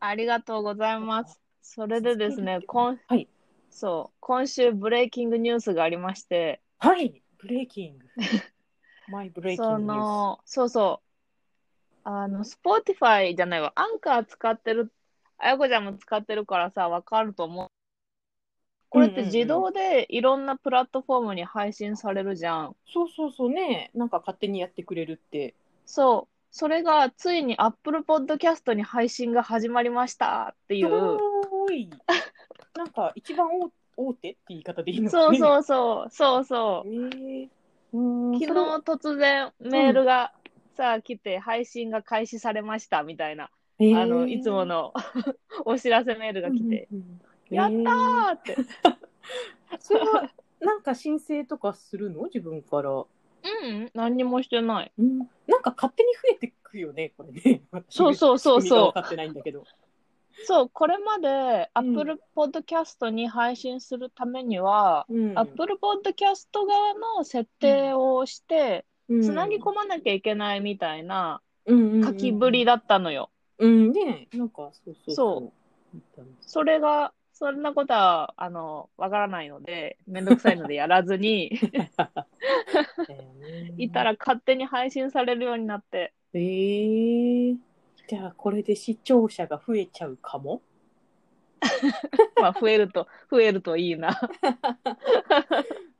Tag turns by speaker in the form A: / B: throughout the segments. A: ありがとうございます。それでですね、今、
B: はい
A: そう、今週ブレイキングニュースがありまして、
B: はい、ブレイキ ング。マイブレイキング
A: そ
B: ニュー
A: の、そうそう、あの、スポーティファイじゃないわ、アンカー使ってる、あやこちゃんも使ってるからさ、わかると思う。これっ
B: うん
A: て
B: うんうん
A: 自動でいろんなプラットフォームに配信されるじゃん。
B: ス。そうそうそうね、なんか勝手にやってくれるって。
A: そう。それがついに Apple Podcast に配信が始まりましたって い
B: す
A: う。
B: ご い。なんか一番大大手って言い方でいいのか
A: そう
B: ね。う
A: そうそう、そうそう。
B: えー、うーん
A: 昨日
B: それは
A: 突然メールがさ、来て配信が開始されましたみたいな、
B: えー
A: あのいつもの お知らせメールが来て、
B: うんうんうん
A: やったーって、
B: えーそれはなんか申請とかするの自分から、う
A: うん何にもしてない
B: ん、なんか勝手に増えてくよねこれね
A: そうそうそうそう
B: 仕組みが分かってないんだけど
A: そうこれまで
B: うん
A: Apple Podcast に配信するためには、
B: うん、
A: Apple Podcast 側の設定をしてつな、ぎ込まなきゃいけないみたいな
B: む
A: 書きぶりだったのよ、
B: うんねなんかそうそう
A: そうそれがそんなことはあのわからないのでめんどくさいのでやらずに。
B: だよね
A: いたら勝手に配信されるようになって、
B: えー、じゃあこれで視聴者が増えちゃうかも
A: まあ増えると、増えるといいな、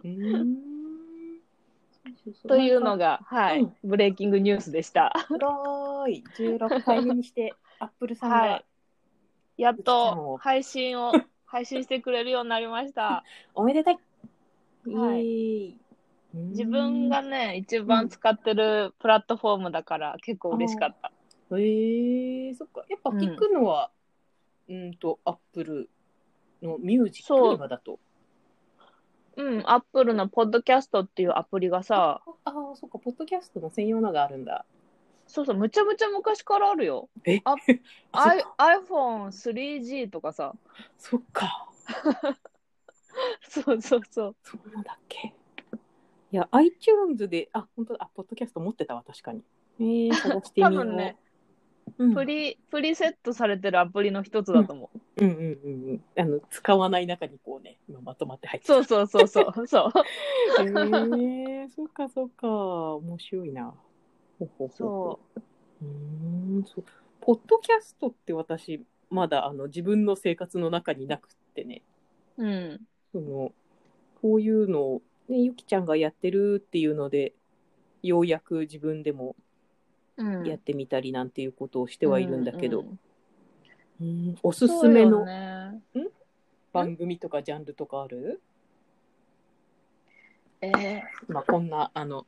B: うーん そうそ
A: という
B: が
A: のが、はい、
B: うん
A: ブレイキングニュースでした。
B: すごーい16回目にして アップルさんが、
A: はいやっ
B: うちさん
A: と
B: を
A: 配信を、配信してくれるようになりました。
B: おめでたい、、
A: はい自分がね、一番使ってるプラットフォームだから結構嬉しかった。
B: えー、そっかやっぱ聞くのはうんとアップルのミュージッ
A: そう
B: ク今だと
A: うん、アップルのポッドキャストっていうアプリがさ、
B: ああそっかポッドキャストの専用のがあるんだ
A: そうそう、むちゃむちゃ昔からあるよ。
B: え
A: あ
B: あ
A: I- iPhone3G とかさ、
B: そっか
A: そうそうそう。
B: そうなんだっけいや iTunes であ本当だあポッドキャスト持ってたわ確かにえー、 探してみよう
A: 多分ね、
B: うん、
A: プリ、プリセットされてるアプリの一つだと思う。
B: うんうんうんうんあの使わない中にこうね今まとまって入ってた
A: そうそうそう そう。そう。
B: へえそうかそうか面白いな。ほほ。
A: そう
B: うーんそうポッドキャストって私まだあの自分の生活の中になくってね
A: う。うん。
B: そのこういうのを、ね、ゆきちゃんがやってるっていうのでようやく自分でも
A: うん。
B: や
A: や
B: ってみたりなんていうことをしてはいるんだけど、
A: うん
B: うーんおすすめ
A: そうよ
B: の
A: ね
B: 番組とかジャンルとかある、
A: え
B: まあ、こんなあの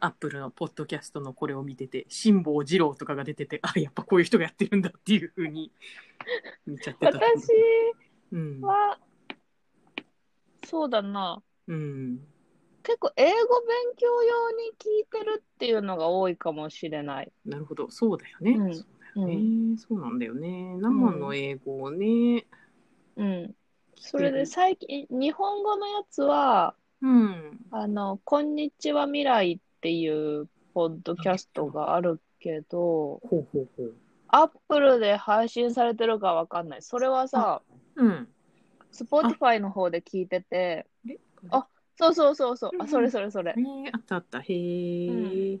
B: アップルのポッドキャストのこれを見てて辛坊治郎とかが出ててあやっぱこういう人がやってるんだっていうふうに 見ちゃって
A: ー
B: た
A: 私
B: うん、
A: は、そうだな。
B: うん、
A: 結構英語勉強用に聞いてるっていうのが多いかもしれない。
B: なるほどそうだよね、
A: うん
B: そ
A: う
B: うだよね
A: ん。
B: そうなんだよね生の英語をね
A: うん。それで最近、日本語のやつは、
B: うん、
A: あの、こんにちは未来っていうポッドキャストがあるけど、
B: ほうほうほう
A: アップルで配信されてるかわかんない。それはさ、
B: うん
A: スポーティファイの方で聞いてて、
B: あれ
A: あそうそうそうそう、
B: うんう
A: あ、
B: ん
A: それそれそれ。
B: ねあったあったへえ
A: ニュ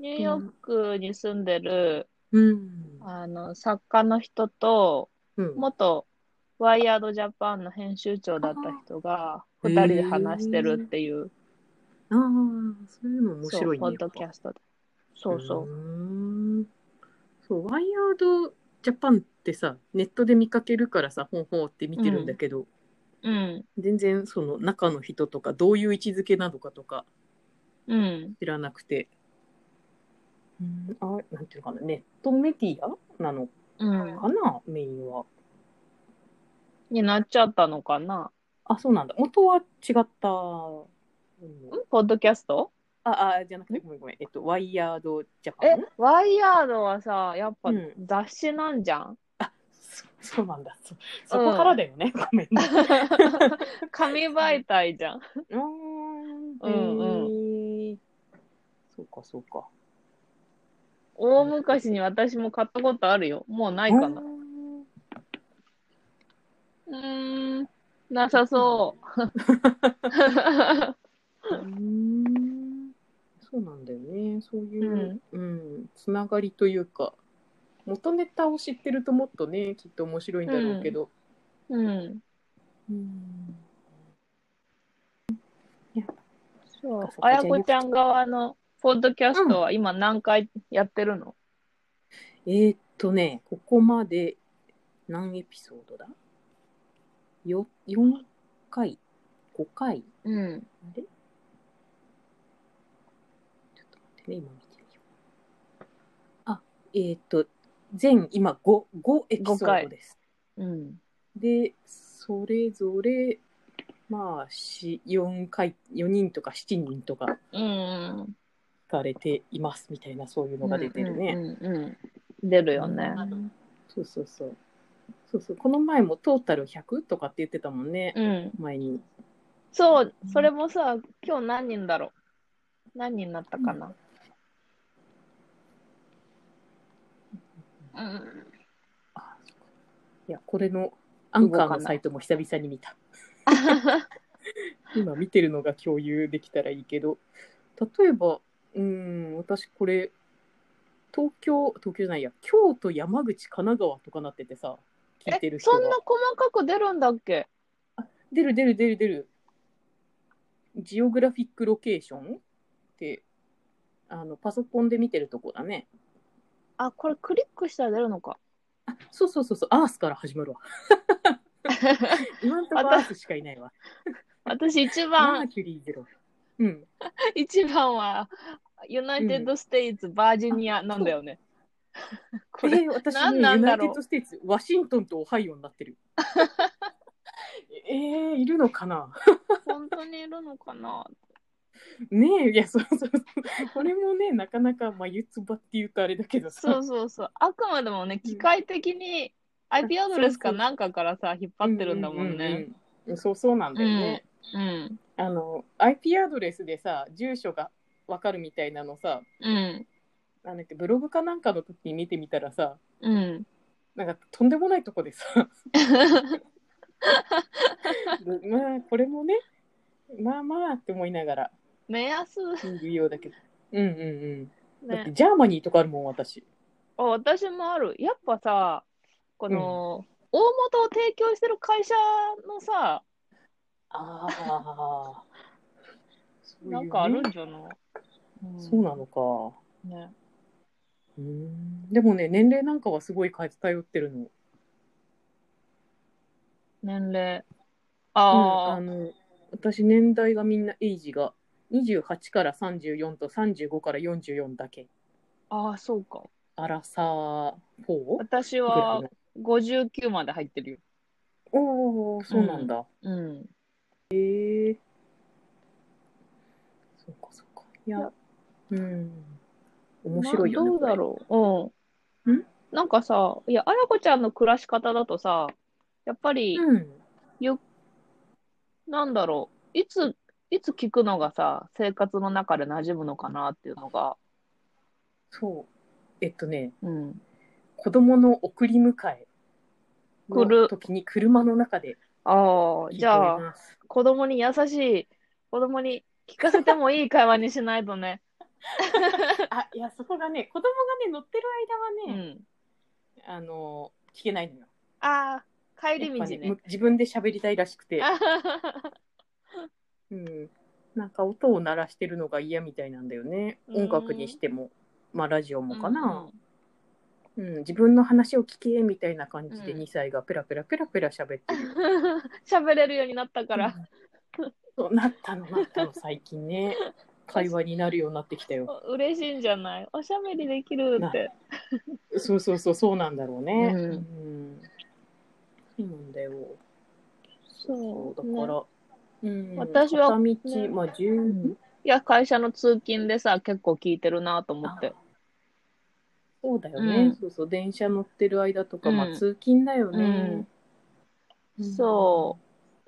A: ーヨークに住んでる、
B: うん
A: あの、作家の人と、
B: うん
A: 元ワイヤードジャパンの編集長だった人が、
B: あー
A: 二人で話してるっていう、
B: ああそういうの面
A: そ
B: 白
A: う、
B: い
A: ポ
B: ね
A: ッドキャストで。そうそうう。
B: ーんそうワイヤードジャパンってさネットで見かけるからさほうほうって見てるんだけど、
A: うん、
B: 全然その中の人とかどういう位置づけなのかとか
A: うん、
B: 知らなくてうんあなんていうのかなネットメディアなの
A: うん。
B: かな、メインは
A: になっちゃったのかな。
B: あそうなんだ元は違った
A: んポッドキャスト
B: ああじゃなくてごめんごめんえっとワイヤードジャパ
A: え
B: ン、
A: ワイヤードはさ、やっぱ
B: うん
A: 雑誌なんじゃ ん
B: そそうなんだそそこからだよね、ごめんね
A: 紙媒体じゃん。
B: うー
A: う
B: ん
A: ん
B: へーそうかそうか。
A: 大昔に私も買ったことあるよ。もうないかな。
B: うん
A: うーん、なさそう。
B: うんそうなんだよねそういう、うんつながりというか元ネタを知ってるともっとねきっと面白いんだろうけど、
A: うん。
B: うん
A: そう
B: そっ。か
A: あやこちゃん側のポッドキャストは今何回やってるの、
B: えーっとねここまで何エピソードだよ ?4 回 ?5 回
A: うん、
B: あれちょっと待ってね、今見てみよう。あ、えっ、と、全、今5、5エピソ
A: 五
B: ード
A: 回
B: です。
A: うん。
B: で、それぞれ、まあ、し4回、4人とか7人とか
A: うん。
B: 聞かれていますみたいな、そういうのが出てるね。
A: うんうんうんうん出るよね。
B: うんそうそうそう。そうそう、この前もトータル100とかって言ってたもんね、
A: うん。
B: 前に。
A: そう、それもさ、今日何人だろう何人になったかな、うん、
B: あそっかいや、これのアンカーのサイトも久々に見た。今見てるのが共有できたらいいけど、例えば、うーん、私これ、東京、東京じゃないや、京都、山口、神奈川とかなっててさ、聞いてる
A: え
B: 人が
A: そんな細かく出るんだっけ
B: 出る出る出る出る。ジオグラフィックロケーションって、あの、パソコンで見てるとこだね。
A: あ、これクリックしたら出るのか。
B: あ、そうそうそうそう、アースから始まるわ。今んとこアースしかいないわ。
A: 私一
B: マー
A: 番、
B: キュリーゼロ。うん。
A: 一番は、ユナイテッド・ステイツ・バージニアなんだよね。これ、
B: えー私ね、
A: 何なんだろう
B: ユナイテッド・ステイツ、ワシントンとオハイオになってる。えー、いるのかな
A: 本当にいるのかな
B: ねえ、いや、そうそうそう。これもね、なかなか、まあ、ゆつばって言うとあれだけどさ。
A: そうそう そう。あくまでもね、機械的に IP アドレスかなんかからさ、引っ張ってるんだもんね。
B: うんうんうん。そうそうなんだよね。
A: うん。
B: あの、IP アドレスでさ、住所がわかるみたいなのさ、
A: うん。
B: なんだっけ、ブログかなんかの時に見てみたらさ、
A: うん。
B: なんかとんでもないと こでさ。でまあこれもね、まあまあって思いながら
A: 目安
B: 見るようだけど。うんうんうん。だって
A: ね。
B: ジャーマニーとかあるもん、私。
A: あ、私もある。やっぱさ、この、大元を提供してる会社のさ、
B: ああ。
A: なんかあるんじゃない
B: そうなのか。
A: うんね。
B: うん。でもね、年齢なんかはすごい偏ってるの。
A: 年齢。
B: うん
A: ああ、
B: あの、私年代がみんなエイジが28から34と35から44だけ。
A: ああ、そうか。
B: アラサー 4?
A: 私
B: ぐらい
A: は
B: の
A: 59まで入ってるよ。
B: おお、そうなんだ。
A: うん。
B: そうかそうか。いや
A: いや、
B: うん。面白いよね。
A: などうだろう。うんん。なんかさ、いや、あやこちゃんの暮らし方だとさ、やっぱり、
B: う。うん。
A: なんだろう、いつ、いつ聞くのがさ、生活の中で馴染むのかなっていうのが、
B: そう。えっとね、
A: うん。
B: 子供の送り迎え
A: 来る
B: の時に車の中で
A: ああ、
B: 聞い
A: じ
B: て
A: ゃ
B: お
A: あ
B: り、ます。
A: 子供に優しい、子供に聞かせてもいい会話にしないとね。
B: あ、いや、そこがね、子供がね、乗ってる
A: う
B: 間はね、
A: ん。
B: あの、聞けないのよ。
A: ああ、帰り
B: や
A: 道
B: っぱね
A: ね
B: む。自分で喋りたいらしくて、 うん。なんか音を鳴らしてるのが嫌みたいなんだよね。音楽にしても、まあラジオもかな。うん、自分の話を聞けみたいな感じで
A: うん
B: 2歳がペラペラペラペラ喋ってる。
A: 喋れるようになった から。
B: そうなったのなったの最 近ね会話になるようになってきたよ。
A: 嬉しいんじゃないおしゃべりできるって。
B: そうそうそうそうなんだろうね。
A: うん
B: んそうなんだよ。
A: そう
B: だから、うん、
A: 私は
B: 片道、
A: ね
B: まあ十、
A: んいや、会社の通勤でさ、結構聞いてるなと思って。
B: そうだよね、
A: うん
B: そうそう電車乗ってる間とか、
A: う
B: まあ
A: ん
B: 通勤だよね。うん
A: そ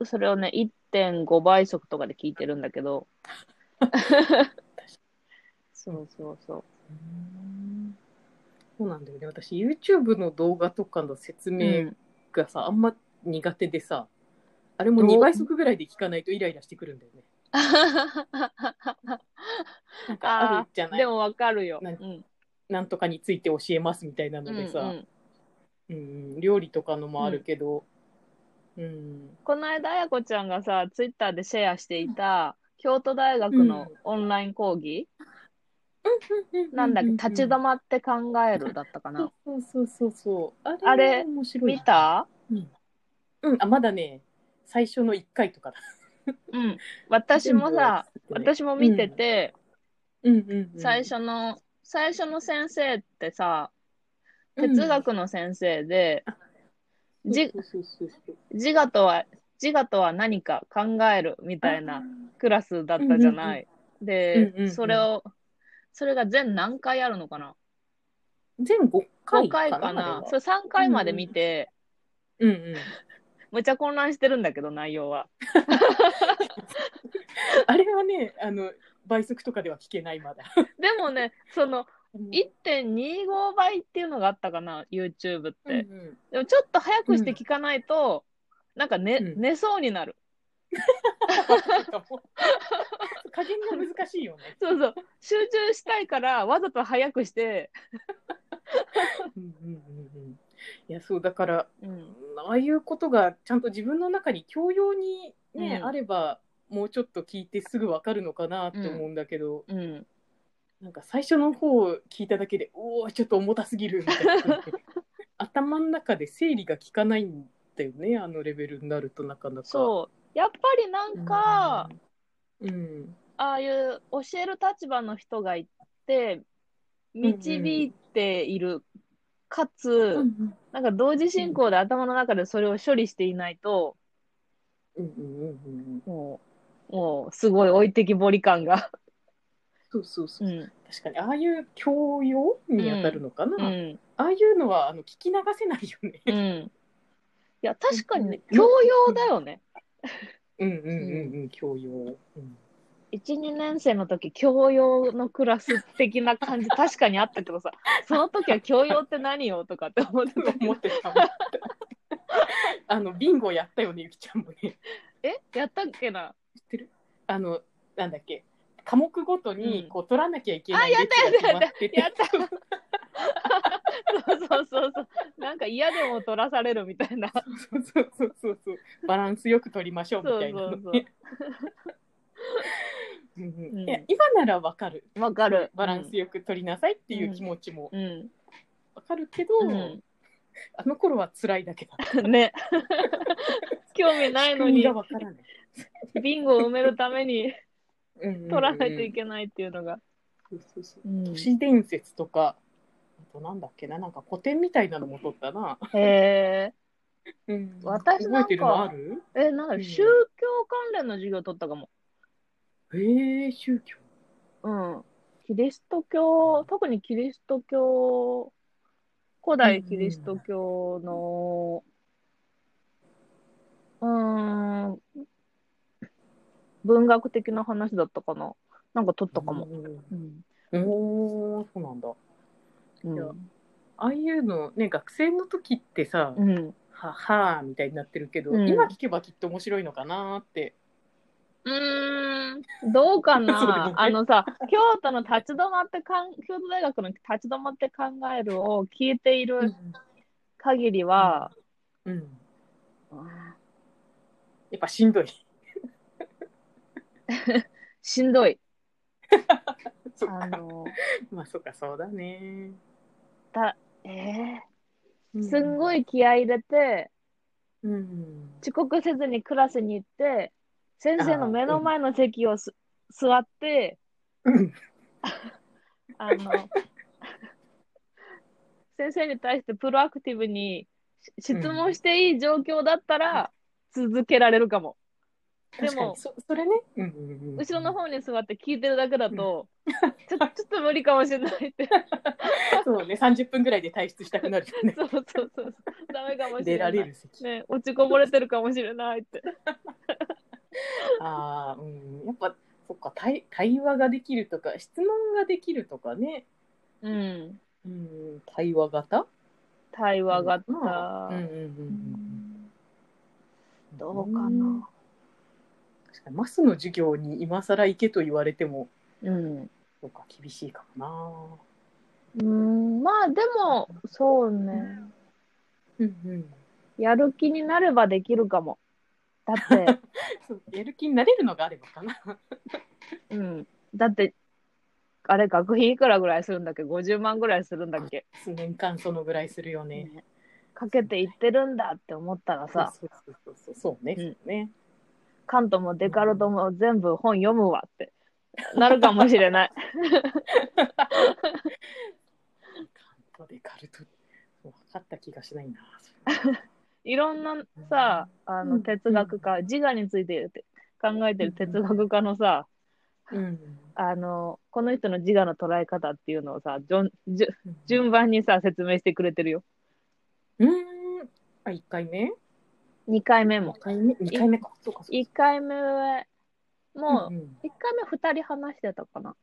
A: それをね、1.5倍速とかで聞いてるんだけど。そうそうそう。
B: うん。そうなんだよね私 YouTube の動画とかの説明
A: ん。
B: がさ、あんま苦手でさあれも2倍速ぐらいで聞かないとイライラしてくるんだよねなんかあるじゃない
A: でもわかるよ。
B: なん
A: うん
B: なんとかについて教えますみたいなのでさ、
A: う
B: うん
A: うんん
B: 料理とかのもあるけど、うん
A: この間、あやこちゃんがさ、ツイッターでシェアしていた、京都大学のオンライン講義、なんだっけ、立ち止まって考えるだったかな。
B: そうそうそうそうあれ
A: あれ
B: 面白い
A: 見た
B: うんあまだね最初の1回とかだ
A: うん。私もさ、
B: 全部は
A: 私も見てて、
B: うんうんうん、
A: 最初の、最初の先生ってさ、哲学の先生で、
B: うん
A: じ
B: そうそうそうそう
A: 自我とは、自我とは何か考えるみたいなクラスだったじゃない。で、
B: うんうんうん
A: それを、それが全何回あるのかな
B: 全5
A: ?5
B: 回
A: 回
B: かな
A: か
B: あ
A: な
B: れは
A: それ3回まで見て、
B: うんうん、
A: むちゃ混乱してるんだけど、内容は。
B: あれはねあの倍速とかでは聞けないまだ
A: でもね、その
B: うん
A: 1.25倍っていうのがあったかな、YouTube って。
B: うん
A: でもちょっと早くして聞かないと、なんか寝、
B: うん
A: 寝そうになる。
B: 加減が難しいよね。
A: そうそう。集中したいから、わざと早くして、
B: うんうんうんうんいやそうだから
A: うん。
B: ああいうことがちゃんと自分の中に教養に、ね
A: うん
B: あればもうちょっと聞いてすぐ分かるのかなって思うんだけど、
A: うん。
B: なんか最初の方を聞いただけでおおちょっと重たすぎるみたい な頭の中で整理が効かないんだよねあのレベルになるとなかなか。
A: そう。やっぱりなんか、
B: うん、
A: ああいう教える立場の人がいて、導いている、かつ、
B: うん
A: なんか同時進行で頭の中でそれを処理していないと、
B: うんうんうんうん、
A: もう、もう、すごい置いてきぼり感が。
B: そうそうそうう、
A: ん。
B: 確かにああいう教養に当たるのかな、
A: うん。
B: ああいうのはあの聞き流せないよね。
A: うん。いや、確かにね、
B: うん
A: 教養だよね。
B: うんうんうんうん教養。うん
A: 1、2年生の時、教養のクラス的な感じ、確かにあったけどさ、その時は教養って何よとかって 思ってたけど
B: 思 ってた。あのビンゴやったよねゆきちゃんもね。
A: えやったっけな
B: あのなんだっけ科目ごと
A: うん
B: にこう取らなきゃいけない
A: あやった
B: 列が
A: やった
B: 決
A: や
B: ま
A: っ
B: って
A: たそうそうそうそう。なんか嫌でも取らされるみたいな。
B: そうそうそうそうそうバランスよく取りましょうみたいな
A: そうそ
B: の
A: うそう
B: ね。うんうん
A: うん
B: いや今ならわかる
A: わかる。
B: バランスよく取りなさいっていう気持ちも
A: うん。
B: わかるけど、
A: うん。
B: あの頃は辛いだけだった
A: ね。 興味ないの
B: 仕組み
A: に
B: が、わからない、
A: ビンゴを埋めるために取らないとい
B: け
A: けないっていうのが。
B: ない、そうそうそう
A: うん
B: 都市伝説とかあとなんだっけななんか古典みたいなのも取ったな、
A: へえ。
B: うん
A: 私なんか
B: 覚えてるのある
A: え、なんだろ
B: う
A: う、
B: ん
A: 宗教関連の授業取ったかも。
B: えー、宗教
A: うん。キリスト教、特にキリスト教、古代キリスト教の、うーん、文学的な話だったかな。なんか取ったかも。うん。
B: うんおーそうなんだ
A: うん。
B: ああいうのね学生の時ってさ、
A: うん。
B: ははーみたいになってるけど、
A: うん
B: 今聞けばきっと面白いのかなーって
A: ん、どうか
B: そうでもな
A: な いあのさ、京都の立ち止まってかん、京都大学の立ち止まって考えるを聞いている限りは、
B: うん、やっぱしんど い
A: しんどい。
B: そっ
A: あ
B: か
A: の、
B: まあそっかそうだね
A: えーすんごい気合い入れて、
B: うん
A: 遅刻せずにクラスに行って、先生の目の前の席をす 座って、
B: うん
A: あの、 先生に対してプロアクティブにし質問していい状況だったら続けられるかも。で
B: 確か
A: も
B: に、そそれね、うんうんうん、
A: 後ろの方に座って聞いてるだけだと、ちょ ちょっと無理かもしれないって。
B: そうね30分ぐらいで退出したくなるよね
A: そうそうそうそう。ダメかもし
B: 出
A: れな
B: ら
A: い。
B: れる席
A: ね、落ちこぼれてるかもしれないって。
B: ああ、うん、やっぱ、そっか、対、対話ができるとか、質問ができるとかね。
A: うん。
B: うん、対話型
A: 対話型、
B: まあうんうんうんうん、
A: どうかな。
B: 確かにマスの授業に今更行けと言われても
A: うん。
B: そうか厳しいかも
A: うん、まあでも、そうね。
B: な、うんうん、
A: やる気になればできるかも。だ って、
B: そうやる気になれるのがあればかな
A: うん。だって、あれ、学費いくらぐらいするんだっけ ?50 万ぐらいするんだっけ
B: 年間そのぐらいするよね
A: かけていってるんだって思ったらさ、
B: そうそうそうそうそうね、
A: うん
B: そうね
A: カントもデカルトも全部本読むわってなるかもしれ ない。
B: カントデカルト分かった気がしないな
A: いろんなさ、あ
B: う
A: の
B: ん
A: 哲学家、自我について考えてる哲学家のさ、
B: うん
A: あの、この人の自我の捉え方っていうのをさ、じょんじゅ
B: う
A: 順番にさ、説明してくれてるよ。
B: ーんあ1回目
A: 2回目も
B: 2。回目二回目かそうかそうか
A: 1回目も、
B: うんうん
A: 1回目2人話してたかな。
B: うん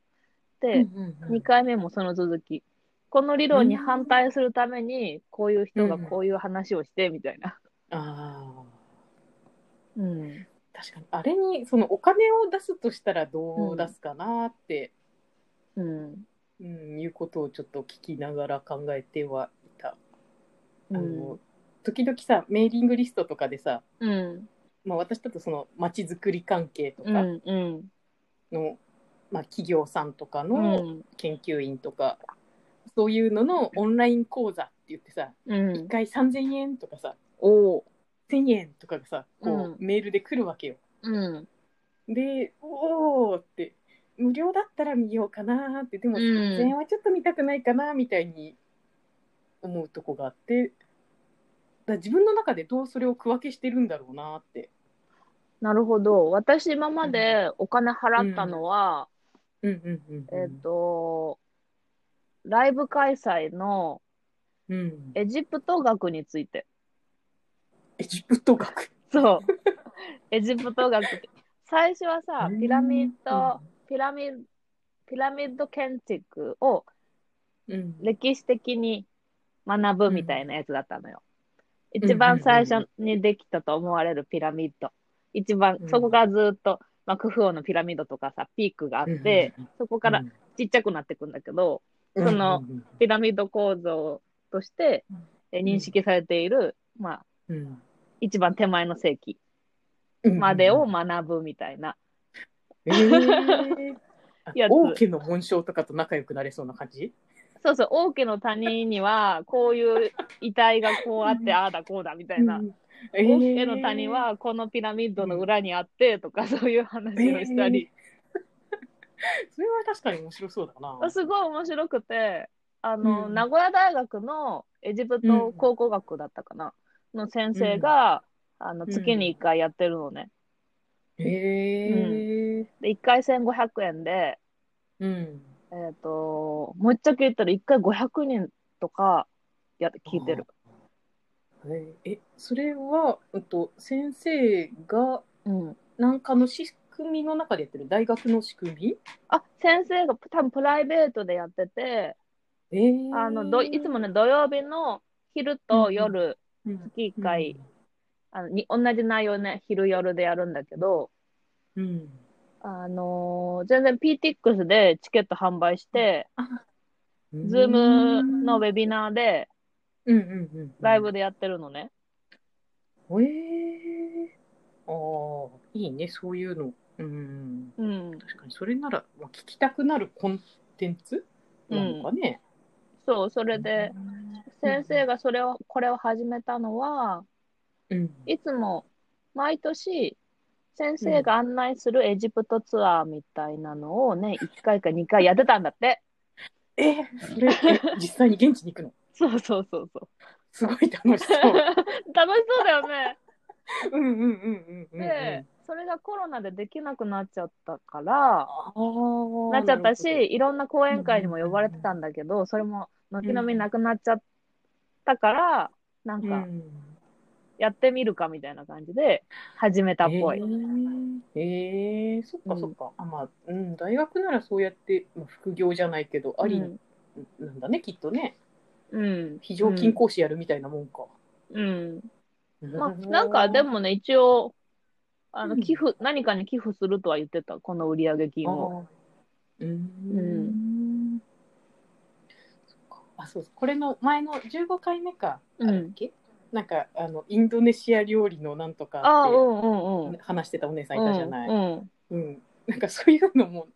A: で、
B: うんうん
A: 2回目もその続き。この理論に反対するために、こういう人がこういう話をして、みたいな。
B: ああ
A: うん。
B: 確かにあれにそのお金を出すとしたらどう出すかなって、
A: うん。
B: うんいうことをちょっと聞きながら考えてはいた。あの
A: うん
B: 時々さメーリングリストとかでさ、
A: うん。
B: まあ、私だとそのまちづくり関係と
A: う
B: かの、
A: ん。うん。
B: まあ、企業さんとか
A: う
B: の
A: ん。
B: 研究員とか、そういうののオンライン講座って言ってさ、
A: うん
B: 1。回3000円とかさ
A: おう。
B: 1000円とかがさこう、
A: う
B: メールで来るわけよ。
A: うん。
B: で、おーって、無料だったら見ようかなーって、でも、
A: う
B: 全
A: ん
B: 然はちょっと見たくないかなーみたいに思うとこがあって、だから自分の中でどうそれを区分けしてるんだろうなーって。
A: なるほど。私今までお金払ったのは、
B: うんうんうん、
A: えっ、と、ライブ開催の
B: うん、
A: エジプト学について。
B: エジプト学。
A: そう。エジプト学って。最初はさ、ピラミッド、ピラミッド、ピラミッド建築を
B: うん、
A: 歴史的に学ぶみたいなやつだったのよ。一番最初にできたと思われるピラミッド。一番
B: うん、
A: そこからずっと、まあ、クフ王のピラミッドとかさ、ピークがあって、
B: うん、
A: そこから
B: うん、
A: ちっちゃくなってくんだけど、
B: うん
A: その、
B: うん
A: ピラミッド構造として
B: うん
A: え認識されている、まあ、
B: うん
A: 一番手前の世紀
B: うん、
A: までを学ぶみたいな。
B: えー
A: やつ
B: 王家の紋章とかと仲良くなれそうな感じ
A: そうそう、王家の谷には、こういう遺体がこうあっ
B: うん
A: て、ああだこうだみたいな。
B: うんえー
A: 王家の谷は、このピラミッドの裏にあって、とか、そういう話をしたり。
B: それは確かに面白そうだな。
A: すごい面白くて、あの、
B: うん
A: 名古屋大学のエジプト考古学だったかな、の先生が、あの、月に1回やってるのね。
B: へえ。
A: で、1回1500円で、
B: うん。
A: えっ、と、もうちゃけ言ったら1回500人とかや聞いてる。
B: え、それは、うんと、先生が、
A: うん。
B: なんかの仕組みの中でやってる、大学の仕組
A: あ、先生が多分プライベートでやってて、
B: み。え
A: あの、ど、いつもね、、土曜日の昼と夜、
B: うん
A: 月1回、。あのに、同じ内容ね、昼夜でやるんだけど、
B: うん。
A: あのー全然 PTX でチケット販売して、ズームのウェビナーで、
B: うんうんうん。
A: ライブ。でやってるのね。
B: へえ。ああ、いいね、そういうの。うん。
A: うん。
B: 確かに、それなら、まあ聞きたくなるコンテンツなのかね。
A: そう、そ
B: そ
A: れで、、先生がそれを、これを始めたのは、
B: うん。
A: いつも毎年先生が案内するエジプトツアーみたいなのをね、1回か2回やってたんだって。
B: えー、それ、 え実際に現地に行くの
A: そうそうそうそう。
B: すごい楽しそ
A: 楽
B: う。
A: しそうだよね。
B: うんうん うんうんうんうん。
A: で、それがコロナでできなくなっちゃったから、
B: あー
A: なっちゃった
B: なる
A: し、いろんな講演会にも呼ばれてたんだけど、それも軒並みなくなっちゃったから、なん
B: ほどう
A: か
B: ん
A: やってみるかみたいな感じで始めたっぽい。
B: えーえーそっかそっか。あまあ、うん、大学ならそうやって、まあ、副業じゃないけど、あり
A: うん
B: なんだねきっとね
A: うん。
B: 非常勤講師やるみたいなもんか、
A: うん。
B: う
A: まあ、なんかでもね、一応、あ
B: う
A: の、
B: ん
A: 寄付、何かに寄付するとは言ってた、この売上金を。
B: ああうーんそっかあそうそうこれの前の15回目かあ
A: うん
B: れだっけ、なんかあのインドネシア料理のなんと
A: あ
B: か
A: あ、う
B: っ
A: んうんうん
B: て。話してたお姉さんいたじゃない、
A: うんうん。
B: うんなんかそういうのも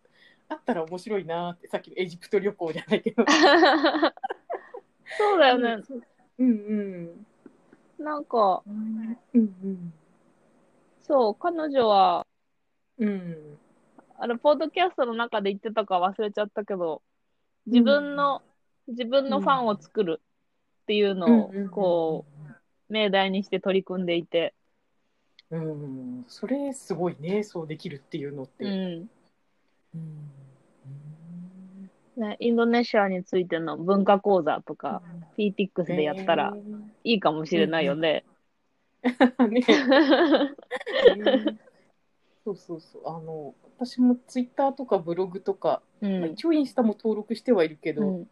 B: あったら面白いなーってさっきのエジプト旅行じゃない けど
A: そうだよね。
B: うんうん
A: なんか、
B: うんうん
A: そう、彼女は、
B: うん
A: あの、ポッドキャストの中で言ってたか忘れちゃったけど、自分の、自分のファンを作るっていうのを、こう、命題にして取り組んでいて、
B: うん、うん、それすごいねそうできるっていうのって、
A: うん。
B: うん
A: ね、インドネシアについての文化講座とか、PTX でやったらいいかもしれないよね。
B: ね、そうそうそうあの私もツイッターとかブログとか、
A: う
B: まあ
A: ん。
B: 一応インスタも登録してはいるけど、
A: うん。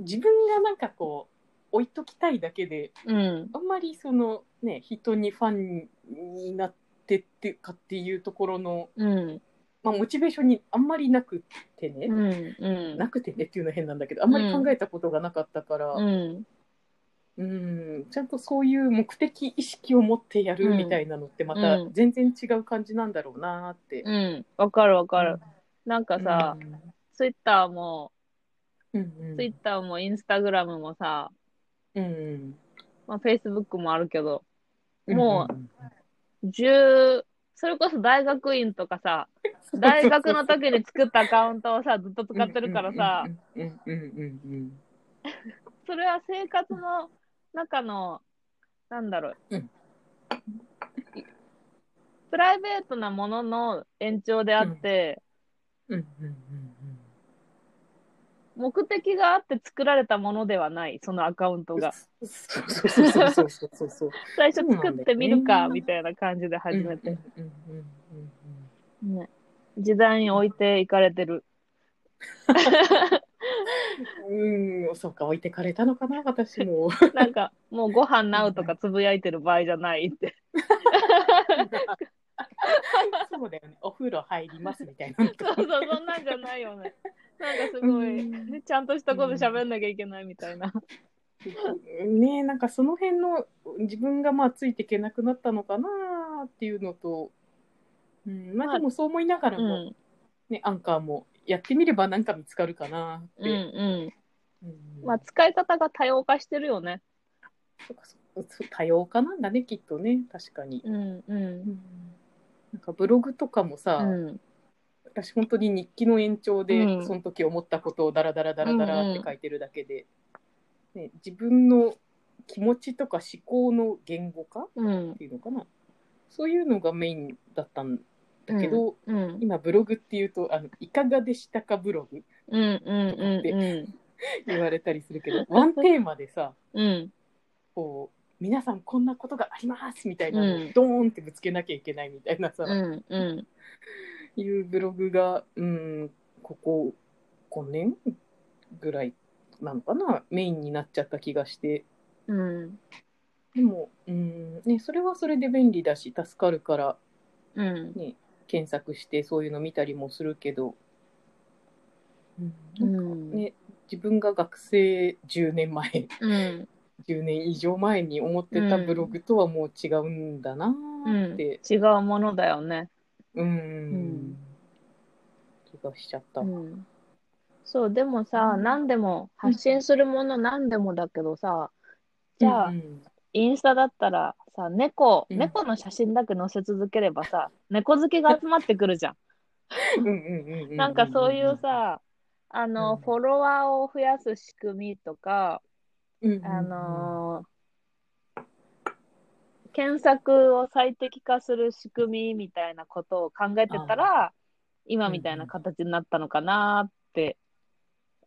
B: 自分がなんかこう置いときたいだけで
A: うん。
B: あんまりそのね人にファンになってってかっていうところの、
A: うん。
B: まあ、モチベーションにあんまりなくってね、
A: うん。うん。
B: なくてねっていうのは変なんだけどあんまり考えたことがなかったから、
A: うん。
B: うんちゃんとそういう目的意識を持ってやるみたいなのってまた
A: うん
B: 全然違う感じなんだろうなーって。
A: うん。わかるわかる。なんかさ、
B: う
A: ツイッターも、
B: ん、うん
A: ツイッターもインスタグラムもさ、
B: うん
A: まあ、フェイスブックもあるけど、
B: うん、
A: も十、それこそ大学院とかさ、
B: うん
A: 大学の時に作ったアカウントをさ、ずっと使ってるからさ、。
B: うんうんうん
A: それは生活の中の、なんだろう、
B: うん
A: プライベートなものの延長であって、
B: うんうんうんうんうん
A: 目的があって作られたものではない、そのアカウントが。
B: うん。そうそうそうそうそうそうそう。
A: 最初作ってみるか、
B: そうなんだよね
A: みたいな感じで始めて。
B: うんうんうんうん
A: ね、時代に置いていかれて る。
B: うん。うん、そうか置いてかれたのかな私も。
A: なんか、もうご飯なうとかつぶやいてる場合じゃないって。
B: そうだよね。お風呂入りますみたいなのと
A: そう
B: か。
A: そう、そんなんじゃないよね。なんかすごい、
B: うん
A: ちゃんとしたこと喋んなきゃいけないみたいな。
B: ねえなんかその辺の自分がまあついていけなくなったのかなーっていうのと、うん、ま
A: ま
B: あ
A: あ
B: でもそう思いながら
A: うん、う
B: も、
A: ん、
B: ね、アンカーもやってみればなんか見つかるかなっ
A: う
B: て、
A: ん。
B: うん
A: まあ、使い方が多様化してるよね。
B: そうかそうそう多様化なんだねきっとね確かに、
A: うん、う
B: うんなんかブログとかもさ、
A: ん。うん、
B: 私本当に日記の延長で、
A: うん
B: その時思ったことをダラダラダラ
A: う
B: ダ
A: ん
B: ラっ
A: う
B: て
A: ん
B: 書いてるだけで、ね、自分の気持ちとか思考の言語化
A: うん
B: っ、ていうのかなそういうのがメインだったんだけど、
A: うん、
B: 今ブログっていうとあの「いかがでしたかブログ
A: うん、うん、うん」
B: 言われたりするけどワンテーマでさ
A: うん、
B: こう皆さんこんなことがありますみたいなの
A: う
B: を
A: ん
B: ドーンってぶつけなきゃいけないみたいなさ、
A: うん、うん、
B: いうブログが、うん、ここ5年ぐらいなのかなメインになっちゃった気がして
A: うん、
B: でも、うんね、それはそれで便利だし助かるから
A: うん。
B: ね、検索してそういうの見たりもするけど、なんかね、自分が学生10年前
A: うん、
B: 10年以上前に思ってたブログとはもう違うんだなーって、
A: 違うものだよね。
B: うん
A: うん
B: 気がしちゃった。
A: うん、そうでもさ、
B: うん
A: 何でも発信するもの何でもだけどさじゃあ、
B: うん
A: インスタだったらさ猫
B: うん
A: 猫の写真だけ載せ続ければさ猫好きが集まってくるじゃん。
B: うんうんうんうん
A: なんかそういう、さあの、
B: うん
A: フォロワーを増やす仕組みとか、
B: うんうんうん
A: あのー検索を最適化する仕組みみたいなことを考えてたら今みたいな形になったのかなって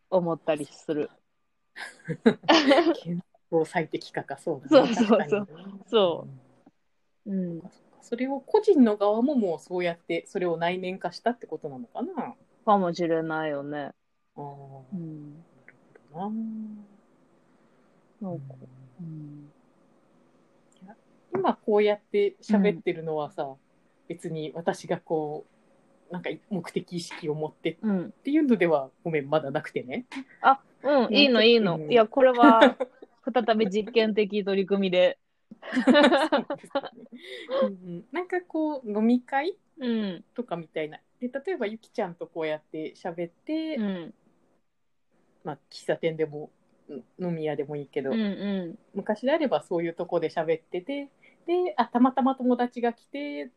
A: 思ったりする。
B: 検討最適化かそうだね
A: そうそうそう
B: 確かにね
A: そう
B: うん
A: うん
B: そっ、かそれを個人の側ももうそうやってそれを内面化したってことなのかな
A: かもしれないよね。
B: あー
A: うん、うこう。うん、
B: 今こうやって喋ってるのはさ、別に私がこうなんか目的意識を持ってっ
A: うん、
B: ていうのではごめんまだなくてね
A: うん、いいの、いいの。いや、これは、再び実験的取り組みで。
B: うんなんかこう飲み会
A: うん、
B: とかみたいなで例えばゆきちゃんとこうやって喋って、
A: うん、
B: まあ、喫茶店でもうん飲み屋でもいいけど、
A: うん、う
B: 昔であればそういうとこで喋っててであたまたま友達が来て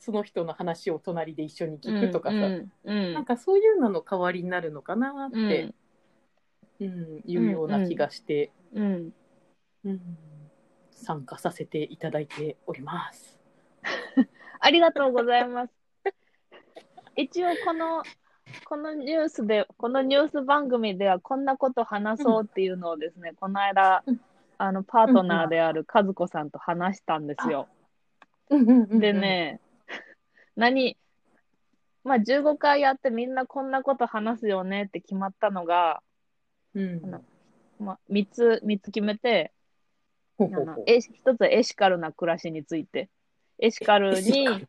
B: その人の話を隣で一緒に
A: ん。
B: 聞くとかさ、
A: うん、うん
B: なんかそういうのの代わりになるのかなっ
A: うん、
B: て、うん、いうような気がして、
A: うん。
B: うん参加させていただいております。
A: ありがとうございます。 一応この、このニュースで、このニュース番組ではこんなこと話そうっていうのをですね、この間
B: うん、
A: あの、パートナーである和子さんと話したんですよ。で
B: で、
A: ね、何、まあ15回やってみんなこんなこと話すよねって決まったのが、
B: うん
A: あのまあ、3つ、三つ決めて、
B: ほう
A: あ
B: ほう
A: の
B: ほう
A: エシ一つはエシカルな暮らしについてエシカル
B: エシ
A: に
B: カル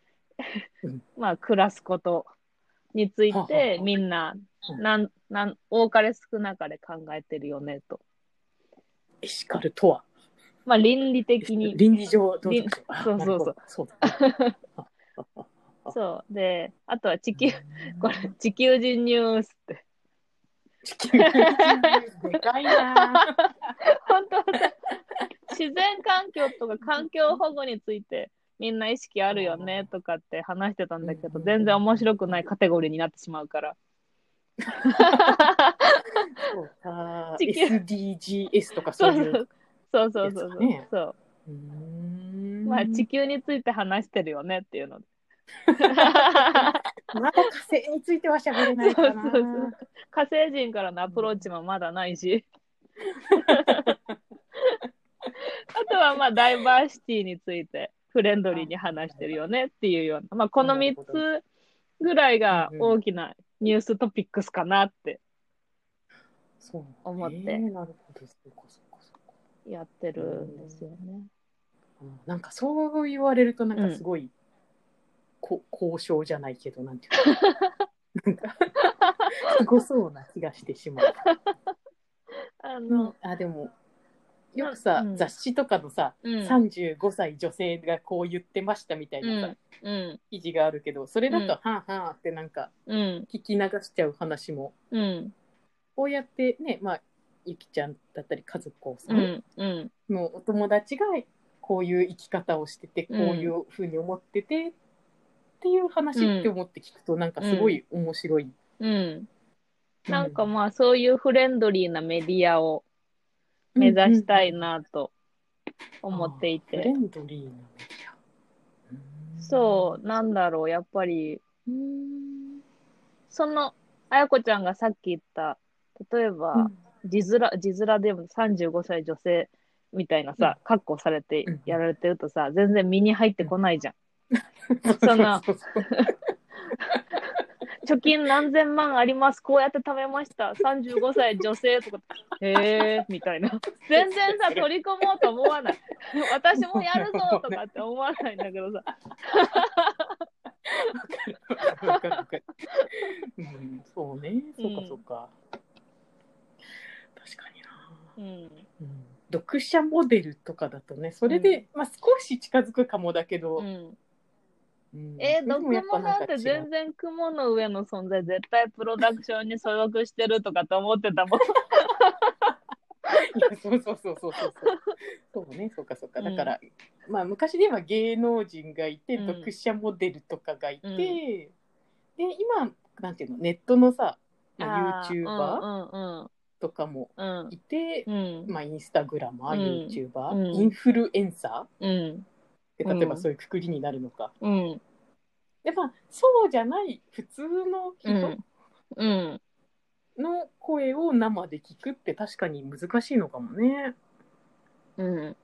B: うん
A: まあ、暮らすことについ
B: はあはあ
A: て
B: はあ
A: みんな
B: うん
A: なんなん多かれ少なかれ考えてるよねと、
B: エシカルとは
A: まあ、倫理的に
B: 倫理上どうでしょう
A: 倫そうそうそう。
B: あそうだねあああ
A: そうであとは地球これ地球人ニュースって
B: 地球でかいな。
A: 本当はさ自然環境とか環境保護についてみんな意識あるよねとかって話してたんだけど
B: うん
A: 全然面白くないカテゴリーになってしまうから
B: そうか
A: 地球
B: SDGs とか
A: そ
B: そうう
A: そ
B: いう
A: う そうそうそうそう,、
B: やつ
A: そう
B: ーん。
A: まあ地球について話してるよねっていう ので
B: まだ火星については喋れないかな。
A: そうそうそう火星人からのアプローチもまだない しあとはまあダイバーシティについてフレンドリーに話してるよねっていうような、まあ、この3つぐらいが大きなニューストピックスかなって
B: そう
A: 思って
B: えーなるほど。そうかそうかそうか
A: やってるんですよね。
B: うんなんかそう言われるとなんかすごい、こ交渉じゃないけどなんてい うかなんかすごそうな気がしてしまう。
A: あ
B: うん
A: の、
B: あでもよくさ、
A: うん
B: 雑誌とかのさ、
A: うん
B: 35歳女性がこう言ってましたみたいなさ、
A: うん
B: 記事があるけどそれだと「はんはん」ってなんか
A: うん
B: 聞き流しちゃう話も
A: うん
B: こうやってねまあゆきちゃんだったり和子さ
A: うんんうん
B: のお友達がこういう生き方をしててこういうふうに思ってて、っていう話って思って聞くとなんかすごい面白い。
A: うんなんかまあそういうフレンドリーなメディアを目指したいなと思っていて、
B: フレンドリーなメディア。
A: そうなんだろうやっぱりうーんそのあやこちゃんがさっき言った例え
B: う
A: ば
B: ん。
A: 字面字面でも35歳女性みたいなさ、カッコされて
B: うん
A: やられてるとさ全然身に入ってこないじゃん
B: そ
A: そ
B: の
A: の貯金何千万ありますこうやって貯めました35歳女性とかへえみたいな全然さ取り込もうと思わない私もやるぞとかって思わないんだけどさ
B: わかるわかるうん そうね、そうかそうか。確かにな、
A: うん
B: うん読者モデルとかだとね、それで、まあ少し近づくかもだけど、
A: うん
B: うん
A: え
B: それ
A: ド
B: で
A: ク
B: もやっぱ
A: モなん
B: か
A: て
B: 違う
A: 全然雲の上の存在絶対プロダクションに所属してるとかと思ってたもん
B: いや そうそうそうそうそうそう。そうね、そうかそうか。だから、まあ昔で言えば芸能人がいて、
A: うん
B: 読者モデルとかがいて、
A: うん
B: で今なんていうの、ネットのさ、まあ、
A: あ
B: YouTuber
A: ー
B: とかも
A: うん
B: いて、
A: うんうんうん
B: まあ、インスタグラマー、
A: うん
B: ユーチューバ
A: う
B: ー、
A: ん
B: インフルエンサ
A: うん
B: ーって例えば
A: うん
B: そういうくくりになるのか。
A: うん
B: でまあそうじゃない普通の人
A: うん
B: の声を生で聞くって確かに難しいのかもね。
A: うん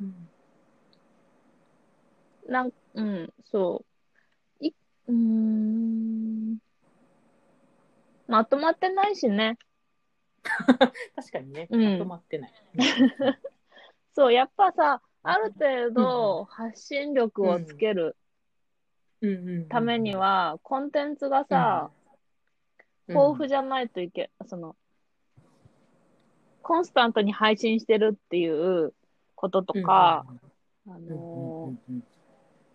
B: うん
A: なんうん、そう。い、うーん。まとまってないしね。
B: 確かにね、
A: うん
B: まとまってない。
A: そう、やっぱさ、ある程度発信力をつける
B: うんうんうん
A: ために、は、コンテンツがさ、豊富じゃないといけ、その、コンスタントに配信してるっていうこととか、あ
B: うんうんう
A: の
B: んうん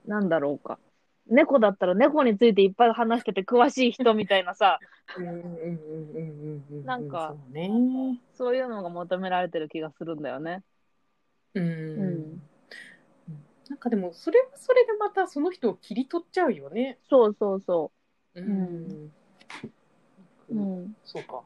A: ーなんだろうか。猫だったら猫についていっぱい話してて詳しい人みたいなさ、
B: うんうんうんうんうんうん
A: なんか
B: そうね、
A: そういうのが求められてる気がするんだよね。
B: うん
A: うん
B: なんかでもそれはそれでまたその人を切り取っちゃうよね。
A: そうそうそ
B: うん
A: う。うん。
B: そうか。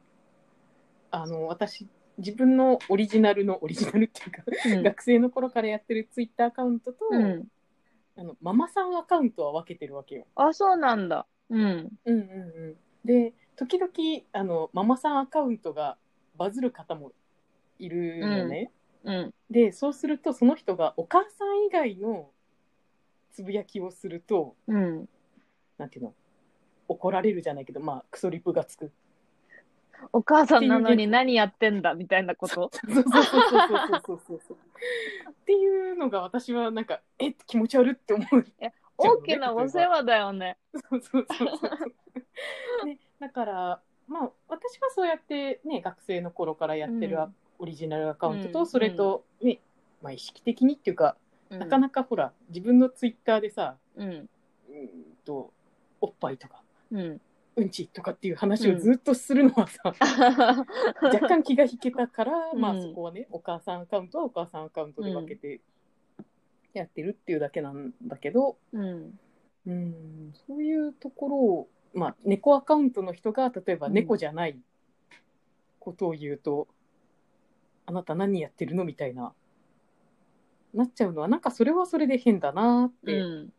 B: あの私自分のオリジナルのオリジナルっていうか、学生の頃からやってるツイッターアカウントと、
A: うん。うん、
B: あのママさんアカウントは分けてるわけよ。
A: あ、そうなんだ。うん。
B: うんうんうん、で時々あのママさんアカウントがバズる方もいるのね。
A: うん。
B: でそうするとその人がお母さん以外のつぶやきをすると
A: うん。
B: なんていうの怒られるじゃないけどまあクソリプがつく。
A: お母さんなのに何やってんだみたいなこと。
B: そうそうそうそうそうそうそう。っていうのが私はなんかえ気持ち悪って思う。
A: 大きなお世話だよね。
B: そうそうそうそう。ねだからまあ私はそうやってね学生の頃からやってるア
A: うん
B: オリジナルアカウント
A: うん
B: とそれとねまあ意識的にっていうかなかなかほら自分のツイッターでさ
A: うん。
B: うーんとおっぱいとか
A: うん。
B: うんちとかっていう話をずっとするのは さ、若干気が引けたから、
A: うん
B: まあそこはねお母さんアカウントはお母さんアカウントで分けてやってるっていうだけなんだけど、
A: うん。
B: うん、そういうところを、まあ、猫アカウントの人が例えば
A: うん
B: 猫じゃないことを言うと、あなた何やってるのみたいななっちゃうのはなんかそれはそれで変だなっ
A: う
B: て
A: ん。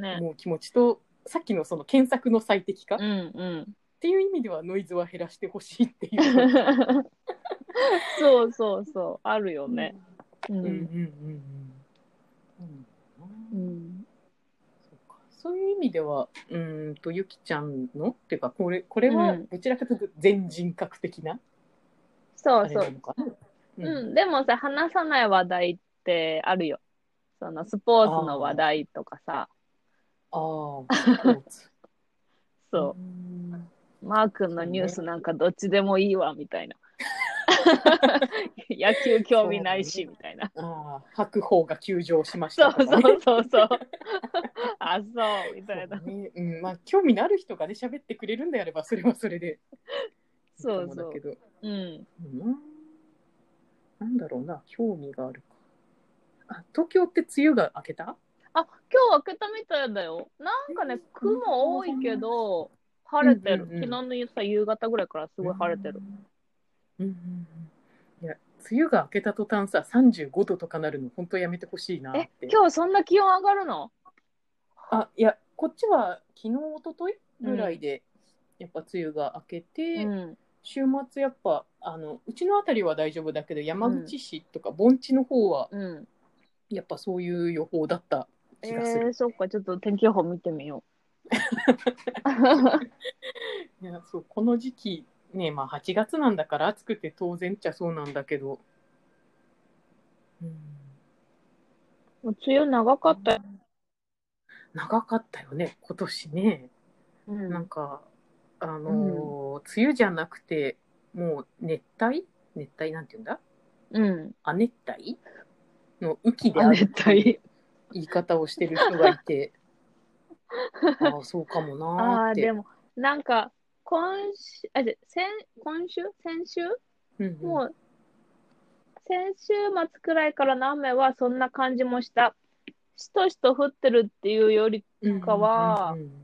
A: ね。
B: 思う気持ちと、さっきのその検索の最適化
A: う
B: っ
A: んうん。
B: ていう意味ではノイズは減らしてほしいっていう。
A: そうそう そう。あるよね。う
B: うんうんう
A: ん。
B: んうんう
A: う
B: ん
A: ん。
B: そうかそういう意味ではうーんとゆきちゃんのっていうかこれこれは
A: うん
B: どちらかというと全人格的な
A: そ
B: あ
A: う
B: れ
A: そ
B: な
A: う。
B: のかな。
A: うん。でもさ、話さない話題ってあるよ。そのスポーツの話題とかさ、
B: あースポーツ
A: そう
B: ーん
A: う、マー君のニュースなんかどっちでもいいわ、みたいな。 野球興味ないし、みたい な。
B: あー白鵬が休場しまし
A: そ
B: た
A: う
B: とかね
A: そうそうそう。 あ、そう、みたいな
B: そ。うねうんまあ、興味のある人がね喋ってくれるんであればそれはそれで
A: そう
B: いいと思だけど
A: うん。
B: うんなんだろうな興味があるかあ東京って梅雨が明けた
A: あ、今日開けたみたいだよ。なんかね、雲多いけど、晴れてる。
B: うん
A: 昨
B: うんうん
A: 日のさ夕方ぐらいからすごい晴れてる。。
B: うんうんうん、いや梅雨が明けた途端さ35度とかなるの本当やめてほしいなっ
A: え
B: て、
A: 今日そんな気温上がるの
B: あいやこっちは昨日一昨日ぐらいで、やっぱ梅雨が明けて、
A: うん。
B: 週末やっぱあのうちの辺りは大丈夫だけど山口市とか盆地の方は
A: うん。
B: やっぱそういう予報だった
A: え
B: 気がする
A: ー、、そっか、ちょっと天気予報見てみよ
B: いやそうこの時期ねまあ8月なんだから暑くて当然っちゃそうなんだけど、うん、
A: う。もう梅雨長かったよ。
B: 長かったよね今年ね。
A: う
B: なん
A: ん。
B: か、あのー梅雨じゃなくて、もう熱帯熱帯なんて言うんだ
A: うん。
B: 亜熱帯の雨季で
A: 亜
B: あるっ
A: 熱
B: ていう
A: 帯。
B: 言い方をしてる人がい て、ああ、そうかも
A: あ
B: なー
A: あ、
B: って。
A: でも、なんか、今週、あ、じゃ、先、今週先週
B: うんうん
A: もう、先週末くらいからの雨はそんな感じもした。しとしと降ってるっていうより、
B: うん
A: かは
B: うんうんうん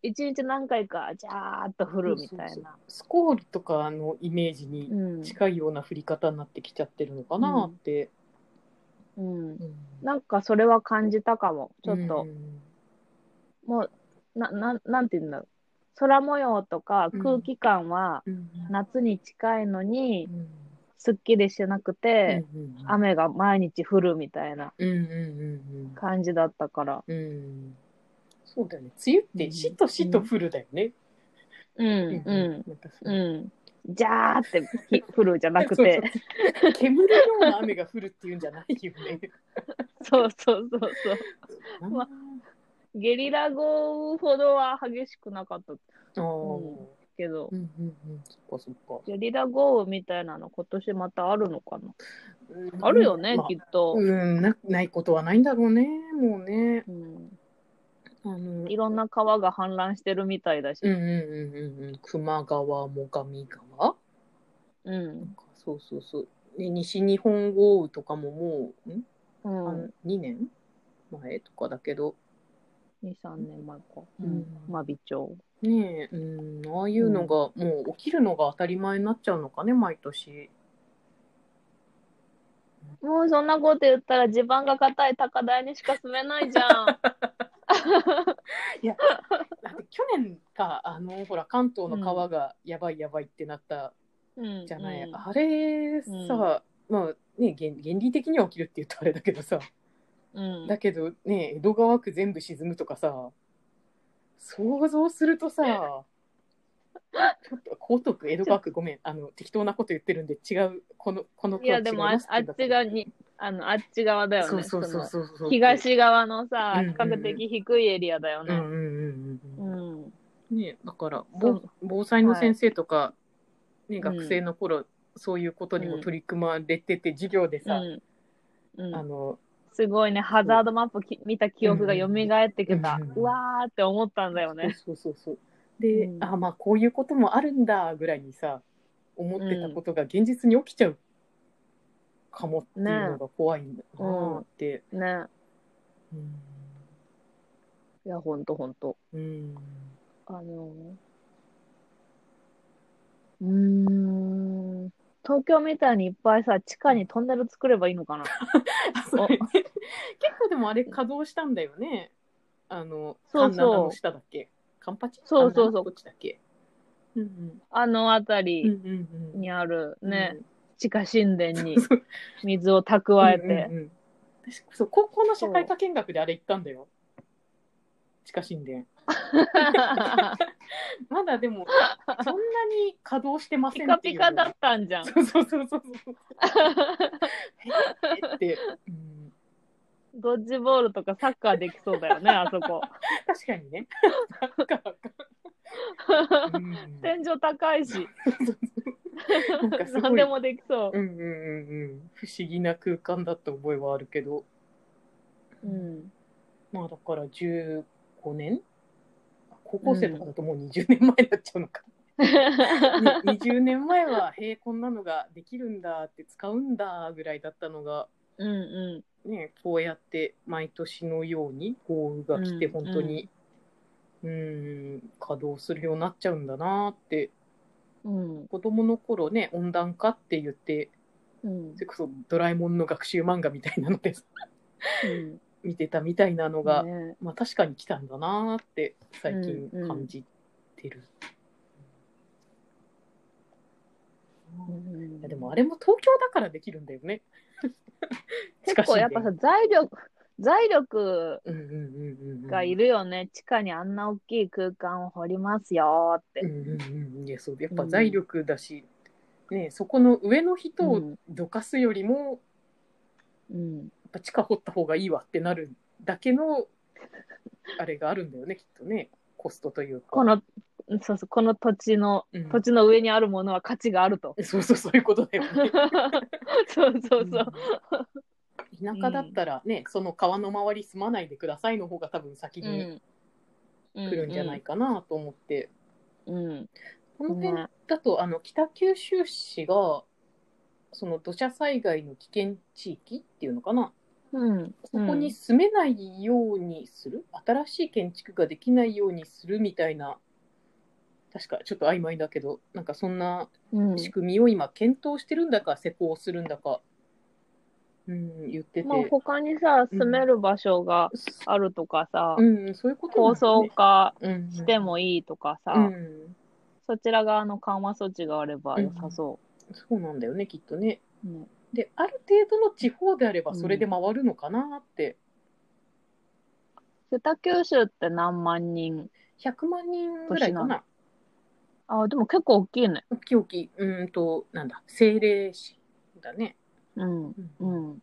A: 一日何回か、じゃーっと降るみた
B: そ
A: いう
B: そうそ
A: な。
B: うスコールとかのイメージ
A: う
B: に
A: ん。
B: 近いような降り方になってきちゃってるのかなーって。
A: うん。
B: うん
A: なんか、それは感じたかも。ちょっ
B: う
A: と、
B: ん
A: もう、な、な、なんて言うんだろう。空模様とか
B: うん
A: 空気感は
B: うん
A: 夏に近いのに
B: う、ん
A: すっきりしてなくて、
B: うんうんうん
A: 雨が毎日降るみたいな
B: うんうんうんうん
A: 感じだったから。
B: うんそうだよね。梅雨ってしとしと降るだよね。
A: うん、うん、
B: なんかそう
A: うん。じゃーってひ降るじゃなく
B: そう
A: て
B: そう煙のような雨が降るっていうんじゃないよね。
A: そうそうそう そうまゲリラ豪雨ほどは激しくなかった
B: あー
A: けど
B: うんうんうん、そっかそっ
A: ゲリラ豪雨みたいなの今年またあるのかな
B: か。
A: あるよね、
B: まあ
A: きっと、
B: うんな、ないことはないんだろうね、もうね。
A: うん
B: あの
A: いろんな川が氾濫してるみたいだし、
B: うんうんうんうんうん、球磨川、最上川
A: うん
B: そうそうそう。ね、西日本豪雨とかももう、ん
A: う
B: あ
A: ん
B: の2年前とかだけど、
A: 23年前か、
B: う
A: うんん、真備町
B: ねえ、うん、ああいうのが、もう起きるのが当たり前になっちゃうのかね、毎年。
A: もうそんなこと言ったら地盤が硬い高台にしか住めないじゃん
B: だって去年か、あの、ほら、関東の川がやばいやばいってなった
A: うん
B: じゃない。
A: うん
B: あれさ、
A: うん
B: まあね原、原理的には起きるって言うとあれだけどさ、
A: うん
B: だけどね、江戸川区全部沈むとかさ、想像するとさ、ちょっと江東区、江戸川区、ごめん、あの適当なこと言ってるんで、違う、この、この
A: いやでもああっち側
B: が
A: にあのあっち側だよ
B: そう
A: ね
B: そうそう
A: そ
B: そうそう。
A: の東側のさ
B: うん
A: 比較的低いエリアだよ
B: うんうん
A: ね
B: うん
A: う、
B: うんん。ね、だから、
A: そ
B: ぼ
A: う
B: 防災の先生とか、ね、
A: うん
B: 学生の頃、そういうことにも取り組まれてて、授業で
A: う
B: さ、
A: んうん
B: あの、
A: すごいねハザードマップき見た記憶が蘇ってきた、
B: う
A: うん
B: うん
A: わーって思ったんだよね
B: そうそうそうそう。で、
A: うん
B: あまあこういうこともあるんだぐらいにさ思ってたことが現実に起きちゃうかもっていうのが怖いんだなーって。
A: ね
B: うん
A: いやほんとほんと
B: うん
A: あのうーん東京みたいにいっぱいさ地下にトンネル作ればいいのかな
B: あそれね結構でもあれ稼働したんだよね。あの、
A: そうそう
B: カンナナの下だっけカンパチ
A: そうそうそう
B: カンナナのどっちだっけうん
A: あの辺り
B: うん。うんうんうん
A: にあるね、
B: うん
A: 地下神殿に
B: そう
A: 水を蓄えて、
B: うんうんうん私そう高校の社会科見学であれ行ったんだよ。地下神殿。ま だでも、そんなに稼働してま せ
A: ピ
B: ん
A: カ
B: ってい
A: ピ
B: う
A: カだったんじゃん。
B: そうそうそう そうそう。えって、うん、
A: ドッジボールとかサッカーできそうだ よね、あそこ。
B: 確 かにね。なんか、うん、
A: 天井高いし、
B: なんかすご
A: 何
B: い
A: で。もできそ
B: うんうんうんうん、不思議な空間だった覚えはあるけど、
A: う。うん、
B: まあだから15年高校生とかだともう20年前になっちゃう のか。に20年前は、へえ、こんなのができるんだって使うんだぐらいだったのが、
A: うんう
B: ね、こうやって毎年のように豪雨が来て
A: うん
B: 本当に、うん、稼働するようになっちゃうんだなって
A: ん
B: 子供の頃ね温暖化って言って
A: うん
B: それこそ「ドラえもん」の学習漫画みたいなので
A: うん
B: 見てたみたいなのが、
A: ね
B: まあ、確かに来たんだなって最近
A: うんうん
B: 感じて
A: う
B: る、
A: ん
B: いやでもあれも東京だからできるんだよ ね
A: 結構やっぱさ財力財力
B: うんうんうんうんうん
A: がいるよね、地下にあんな大きい空間を掘りますよーって
B: う、んうんうん、いやそうやっぱ財力だし、ね、そこの上の人
A: う
B: を
A: ん
B: どかすよりも、や
A: うん、
B: っぱ地下掘った方がいいわってなるだ けのあれがあるんだよねきっとねコストというか
A: このそうそうこの土地の
B: うん
A: 土地の上にあるものは価値があ ると
B: そうそうそういうことだよね。
A: そうそうそう、
B: うん田舎だったらね、その川の周り住まないでくださいの方が多分先
A: う
B: に
A: ん、
B: 来るんじゃないかなと思って、
A: うん
B: この辺だとあの北九州市がその土砂災害の危険地域っていうのかな
A: うん
B: そこに住めないようにする、新しい建築ができないようにするみたいな、確かちょっと曖昧だけど、なんかそんな
A: うん
B: 仕組みを今、検討してるんだか、施工するんだか、うん、言ってて、
A: まあ他にさ住める場所があるとかさ、
B: うん、そういうこと
A: 高層化
B: うん
A: してもいいとかさ、
B: うん、
A: そちら側の緩和措置があれば良さそ
B: そうなんだよね、きっとね。
A: う、ね
B: で、ある程度の地方であれば、それで回るのかなって、
A: 北九州って何万人
B: 100万人ぐらいかな。
A: あでも結構大きいね。
B: 大きい大きい。うーんと、なんだ、政令市だね。
A: うん。
B: う
A: うんん。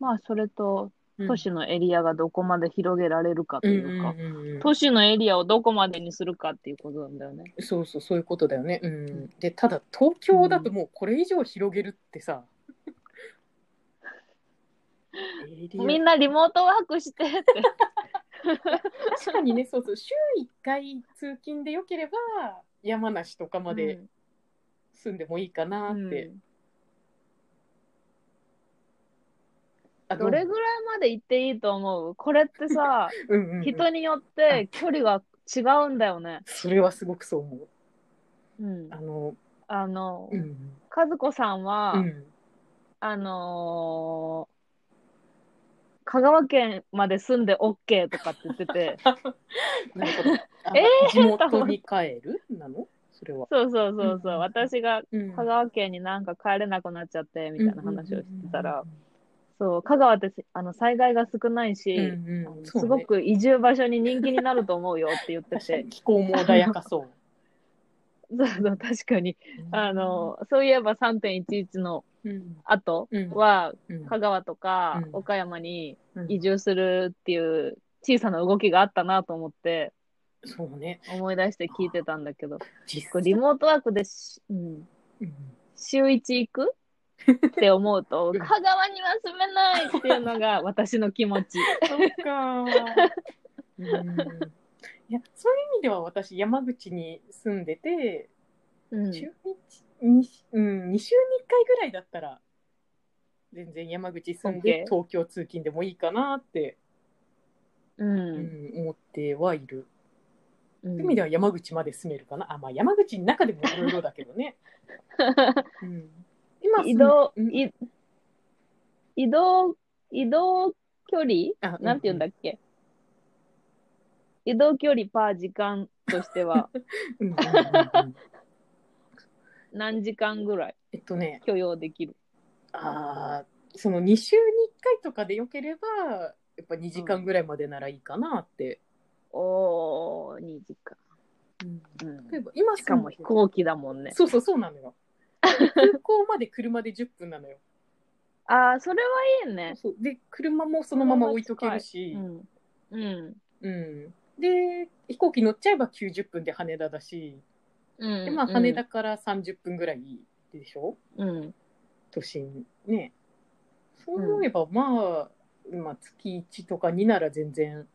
A: まあ、それと、
B: うん
A: 都市のエリアがどこまで広げられるかと
B: うん
A: いううんか、
B: うんうん
A: 都市のエリアをどこまでにするかっていうことなんだよね。
B: そうそう、そういうことだよね。うん、で、ただ、東京だともうこれ以上広げるってさ。エリア
A: みんなリモートワークしてって。
B: 確かにね、そうそう、週1回通勤でよければ、山梨とかまで住んでもいいかな
A: うん
B: って。
A: うん
B: あ
A: どれぐらいまで行っていいと思うこれってさ、
B: うんうんうん
A: 人によって距離が違うんだよね。
B: それはすごくそう思う。
A: うん
B: あ。の、
A: あの
B: う、ん。
A: 和子さんは、
B: うん。
A: あのー香川県まで住んで OK とかって言って て、
B: なるほど。
A: え
B: え地元に帰るなのそれは。
A: そうそうそうそう、
B: うん
A: 私が
B: うん
A: 香川県になんか帰れなくなっちゃってみたいな話をしてたら、
B: うん
A: そう、香川ってあの災害が少ないし、
B: うんうん
A: あ
B: うん
A: の
B: うんそうね
A: すごく移住場所に人気になると思うよって言って
B: 確か
A: て
B: に、気候も穏やかそう。
A: そうそう確かに、 あの、そういえば3.11の
B: うん、
A: 後
B: うん
A: は、
B: うん
A: 香川とか
B: うん
A: 岡山に
B: うん
A: 移住するっていう小さな動きがあったなと思って、
B: そうね。
A: 思い出して聞いてたんだけど、
B: 実
A: こうリモートワークでし、うん、
B: うん
A: 週1行くって思うと、
B: うん
A: 香川には住めないっていうのが私の気持ち。
B: そっか。うんいやそういう意味では私山口に住んでて、
A: うん、
B: 週一にうん、2週に1回ぐらいだったら全然山口住ん
A: OK
B: で東京通勤でもいいかなって、う
A: うん
B: ん、思ってはいる、
A: うん
B: そういう意味では山口まで住めるかなあまあ山口の中でもいろいろだけど ね、うん、今住ん
A: 移動、
B: うん
A: い移動、移動距離
B: あう
A: なんて言うんだっけ、移動距離パー時間として は
B: うんうんうんうん
A: 何時間ぐらい
B: えっとね
A: 許容できる
B: あーその2週に1回とかでよければやっぱ2時間ぐらいまでならいいかなって、
A: おー、2時間。うん
B: 例えば今
A: しかも飛行機だもんね。
B: そうそうそうなのよ空港まで車で10分 なのよ
A: ああ、それはいいね。
B: そうで車もそのまま置いとけるし、
A: うん。うん。
B: うんで飛行機乗っちゃえば90分で羽田だし、
A: うん。
B: でまあ、羽田から30分ぐらいでしょ
A: うん。
B: 都心ねそう思えば、まあ、まあ月1とか2なら全然、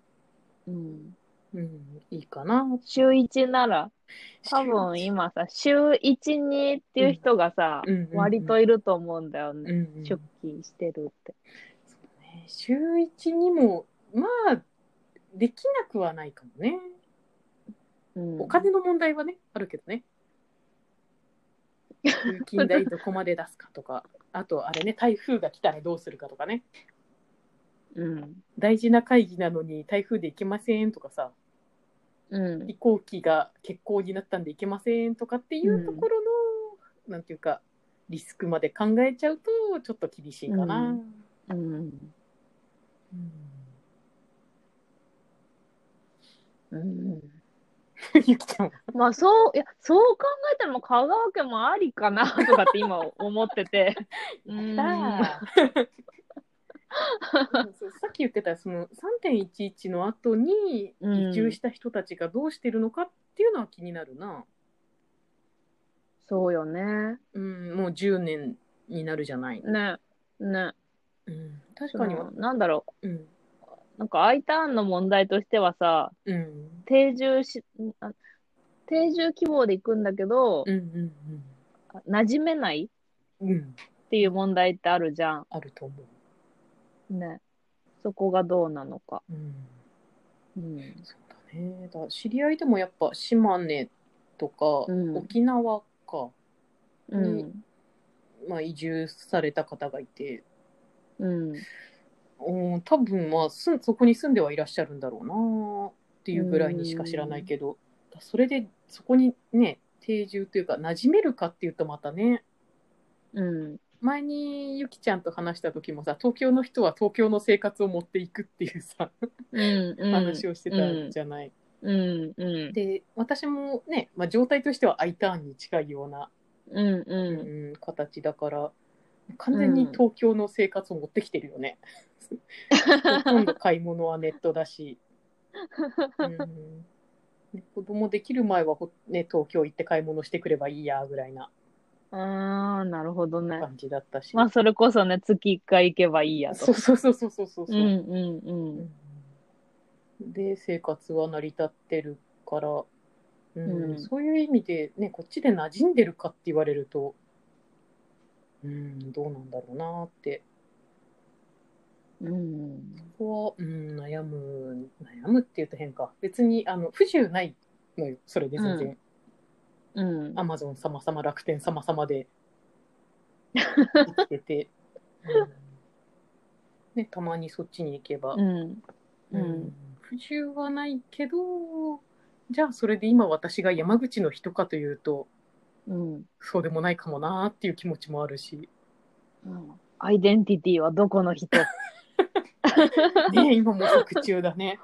A: うん。
B: うん、いいかな
A: 週1なら、多分今さ、週1、にっていう人がさ、
B: うんうんうん
A: 割といると思うんだよ
B: うんう
A: ね。
B: ん
A: 出勤してるって。
B: ね週1にもまあできなくはないかもね
A: うん。
B: お金の問題はねあるけどね通勤代どこまで出すかとかあとあれね台風が来たらどうするかとかね
A: うん。
B: 大事な会議なのに台風で行けませんとかさ
A: うん。
B: 飛行機が欠航になったんで行けませんとかっていうところの、なんていうかリスクまで考えちゃうとちょっと厳しいか
A: う
B: な。
A: んうん。うん。
B: ゆきちゃんは
A: まあそう、いや、そう考えたらもう香川県もありかなとかって今思って て。うん。
B: さあそうさっき言ってたその3.11の後に
A: うん
B: 移住した人たちがどうしてるのかっていうのは気になるな、
A: そうよね。
B: うん、もう10年になるじゃない、
A: ね。ね。
B: うん、確
A: そ
B: かに
A: のなんだろ
B: うん、
A: う、なんか I ターンの問題としてはさ、
B: うん、
A: 定住し、あ定住希望で行くんだけど
B: うん、うん
A: 馴染めない
B: うんうん
A: っていう問題ってあるじゃん。
B: あると思
A: ね。そこがどうなのか。
B: う、うん、
A: うん。
B: そうだねだ知り合いでもやっぱ島根とか
A: うん
B: 沖縄か、
A: うん。
B: まあ、移住された方がいて
A: うん。
B: うん、多分まあすそこに住んではいらっしゃるんだろうなっていうぐらいにしか知らないけど、それでそこにね定住というか馴染めるかっていうとまたね
A: うん。
B: 前にゆきちゃんと話した時もさ東京の人は東京の生活を持っていくっていうさ、
A: うん。うん
B: 話をしてたじゃない、
A: うんうん
B: で私もね、まあ、状態としては I ターンに近いような、
A: うん
B: う
A: う。
B: ん形だから完全に東京の生活を持ってきてるよね、ほとんど買い物はネットだし、うんね、子供できる前はほ、ね、東京行って買い物してくればいいやぐらいなん
A: ああ、なるほどね。
B: 感じだったし、
A: まあ、それこそね、月1回行けばいいやと。
B: そうそうそうそうそうそう、
A: うんうんうん。
B: で生活は成り立ってるから、うん
A: うん
B: そういう意味で、ね、こっちで馴染んでるかって言われると、うん、どうなんだろうなって
A: うん
B: そこは、うん、悩む悩むっていうと変か別にあの不自由ないのよそれで全然、
A: うん
B: アマゾン様様楽天様 様で生きてて、うんね、たまにそっちに行けば。
A: うんうん
B: 不自由はないけどじゃあそれで今私が山口の人かというと
A: うん
B: そうでもないかもなーっていう気持ちもあるし、
A: うんアイデンティティはどこの人
B: ね、今も作中だね。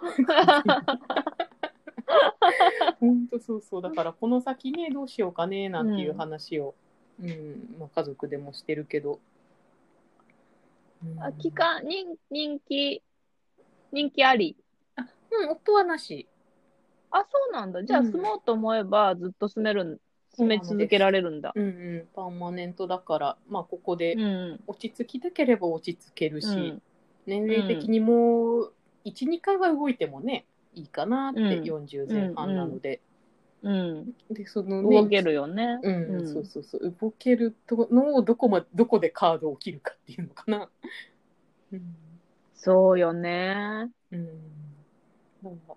B: 本当そうそうだからこの先ねどうしようかねなんていう話を、うんまあ、家族でもしてるけど。うん
A: あ期間人人気人気あり
B: うん夫はなし
A: あそうなんだじゃあ
B: うん
A: 住もうと思えばずっと住めるん住め続けられるんだ
B: うんうんパーマネントだからまあここで
A: うん
B: 落ち着きたければ落ち着けるし、
A: うん
B: 年齢的にもう12、回は動いてもねいいかなって、
A: うん
B: 40前半なので、
A: うん
B: でそのね
A: 動けるよね
B: う
A: う
B: ん
A: ん
B: そうそうそう動けるとのをどこまどこでカードを切るかっていうのかな。うん
A: そうよね
B: うん、なんか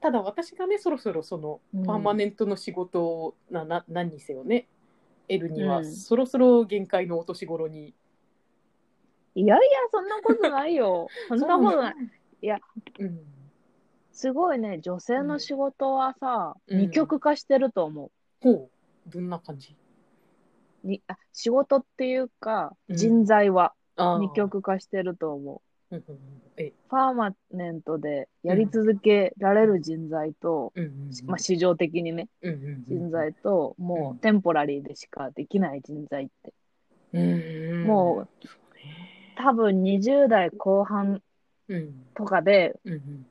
B: ただ私がねそろそろその
A: うん
B: パーマネントの仕事を、なな何にせよね得るには、
A: うん
B: そろそろ限界のお年頃に
A: いやいやそんなことない よそんなことない、いや、
B: うん、
A: すごいね女性の仕事はさ、
B: うん
A: 二極化してると思う
B: ほうどんな感じ
A: にあ仕事っていうか
B: うん
A: 人材は
B: あー
A: 二極化してると思う、
B: うんうんうんえ
A: ファーマネントでやり続けられる人材と、
B: うんうんうん
A: まあ、市場的にね
B: うんうんうん
A: 人材と、も
B: うん
A: うテンポラリーでしかできない人材って、
B: うん
A: も多分20代後半
B: う、うん
A: とかで
B: うんうん、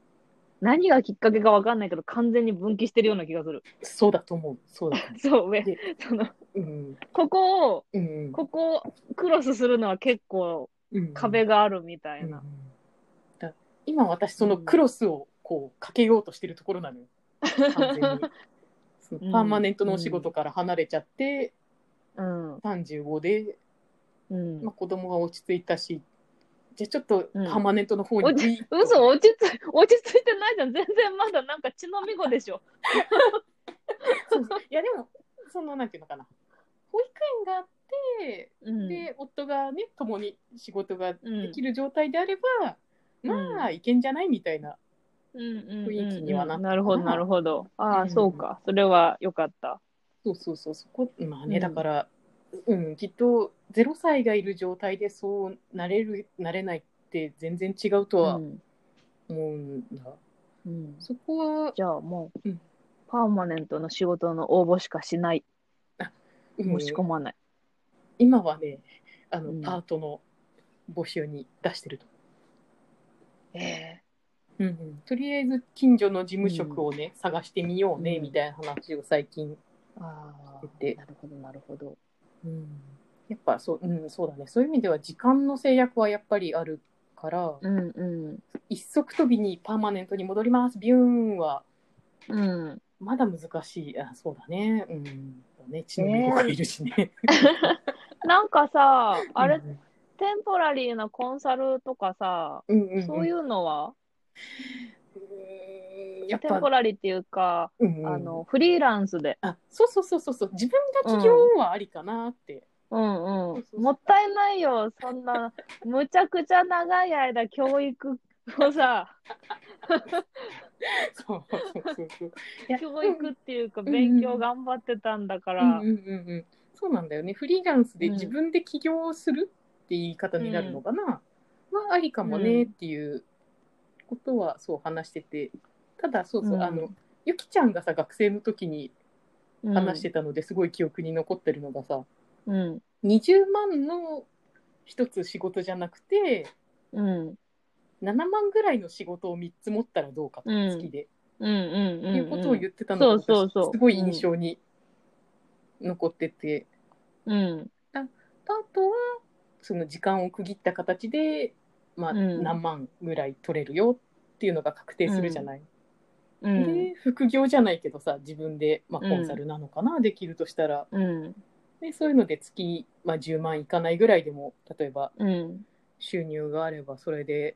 A: 何がきっかけかわかんないけど完全に分岐してるような気がする
B: そうだと思うそうだと思
A: そう上
B: で
A: その
B: う、うん
A: ここを
B: うん、
A: ここをクロスするのは結構
B: うん
A: 壁があるみたい
B: うんう
A: な、
B: んだ今私そのクロスをこうかけようとしてるところなのよ完 全にそのパーマネントのお仕事から離れちゃって、
A: うん
B: 35で、
A: うん
B: まあ、子供が落ち着いたしじゃあちょっとパ
A: うん
B: ーマネントの方に
A: お
B: グイッと、
A: 嘘落ち着落ち着いてないじゃん全然まだなんか血のみ子でしょ
B: そうそういやでもそのなんていうのかな保育園があって
A: うん
B: で、夫がね共に仕事がで
A: うん
B: きる状態であれば、
A: うん
B: まあいけんじゃないみたいな、
A: 雰
B: 雰囲気にはなったかな
A: なるほどなるほどああ、
B: うん
A: そうかそれはよかった
B: そうそうそうそこまあね、
A: うん
B: だから、うん、きっと0歳がいる状態でそうなれるなれないって全然違うとは
A: う
B: 思
A: ん
B: うんだ、
A: うん
B: そこは、
A: じゃあもう、
B: うん
A: パーマネントの仕事の応募しかしない
B: う
A: 申
B: ん
A: し込まない、
B: 今はねあの、
A: うん
B: パートの募集に出してると、
A: え
B: うんうんとりあえず近所の事務職をね、探してみようね、
A: うん
B: みたいな話を最近
A: ー、あ
B: ー
A: なるほどなるほど
B: やっぱそう,、うん、そうだねそういう意味では時間の制約はやっぱりあるから、
A: うんう
B: 一足飛びにパーマネントに戻りますビューンは
A: んうん
B: まだ難しいあそうだねうんね血のみ子がいるしね、
A: なんかさあれ、
B: うん
A: テンポラリーなコンサルとかさ、
B: うんうんうん、
A: そういうのは
B: うんやっ
A: テ
B: ぱ
A: ンポラリーっていうか、
B: うんうん
A: あのフリーランスで
B: あそうそうそうそうそう自分が起業はありか なって、
A: うん
B: そううんそう、そう
A: もったいないよ、そんな、むちゃくちゃ長い間、教育をさ、
B: そうそうそうそういや
A: 教育っていうか、
B: ん
A: 勉強頑張ってたんだか
B: う
A: ら、
B: んうんうんうんそうなんだよねフリーランスで自分で起業するって言い方になるのかな、はありかもねっていうことはそう話しててただそうそう、
A: うん
B: あのゆきちゃんがさ学生の時に
A: うん
B: 話してたのですごい記憶に残ってるのがさ、
A: うん。
B: 20万の一つ仕事じゃなくて
A: うん。
B: 7万ぐらいの仕事を3つ持ったらどうかと
A: うん
B: 月で、
A: うんうんうん。
B: いうことを言ってたのが
A: そう
B: 私
A: そうそう
B: すごい印象に残ってて、
A: うん。
B: あとはその時間を区切った形で、まあ、
A: うん
B: 何万ぐらい取れるよっていうのが確定するじゃない。
A: うん。
B: で副業じゃないけどさ自分で、まあ、コンサルなのかな、できるとしたら
A: うん。
B: でそういうので月、まあ、10万いかないぐらいでも例えば
A: うん。
B: 収入があればそれで、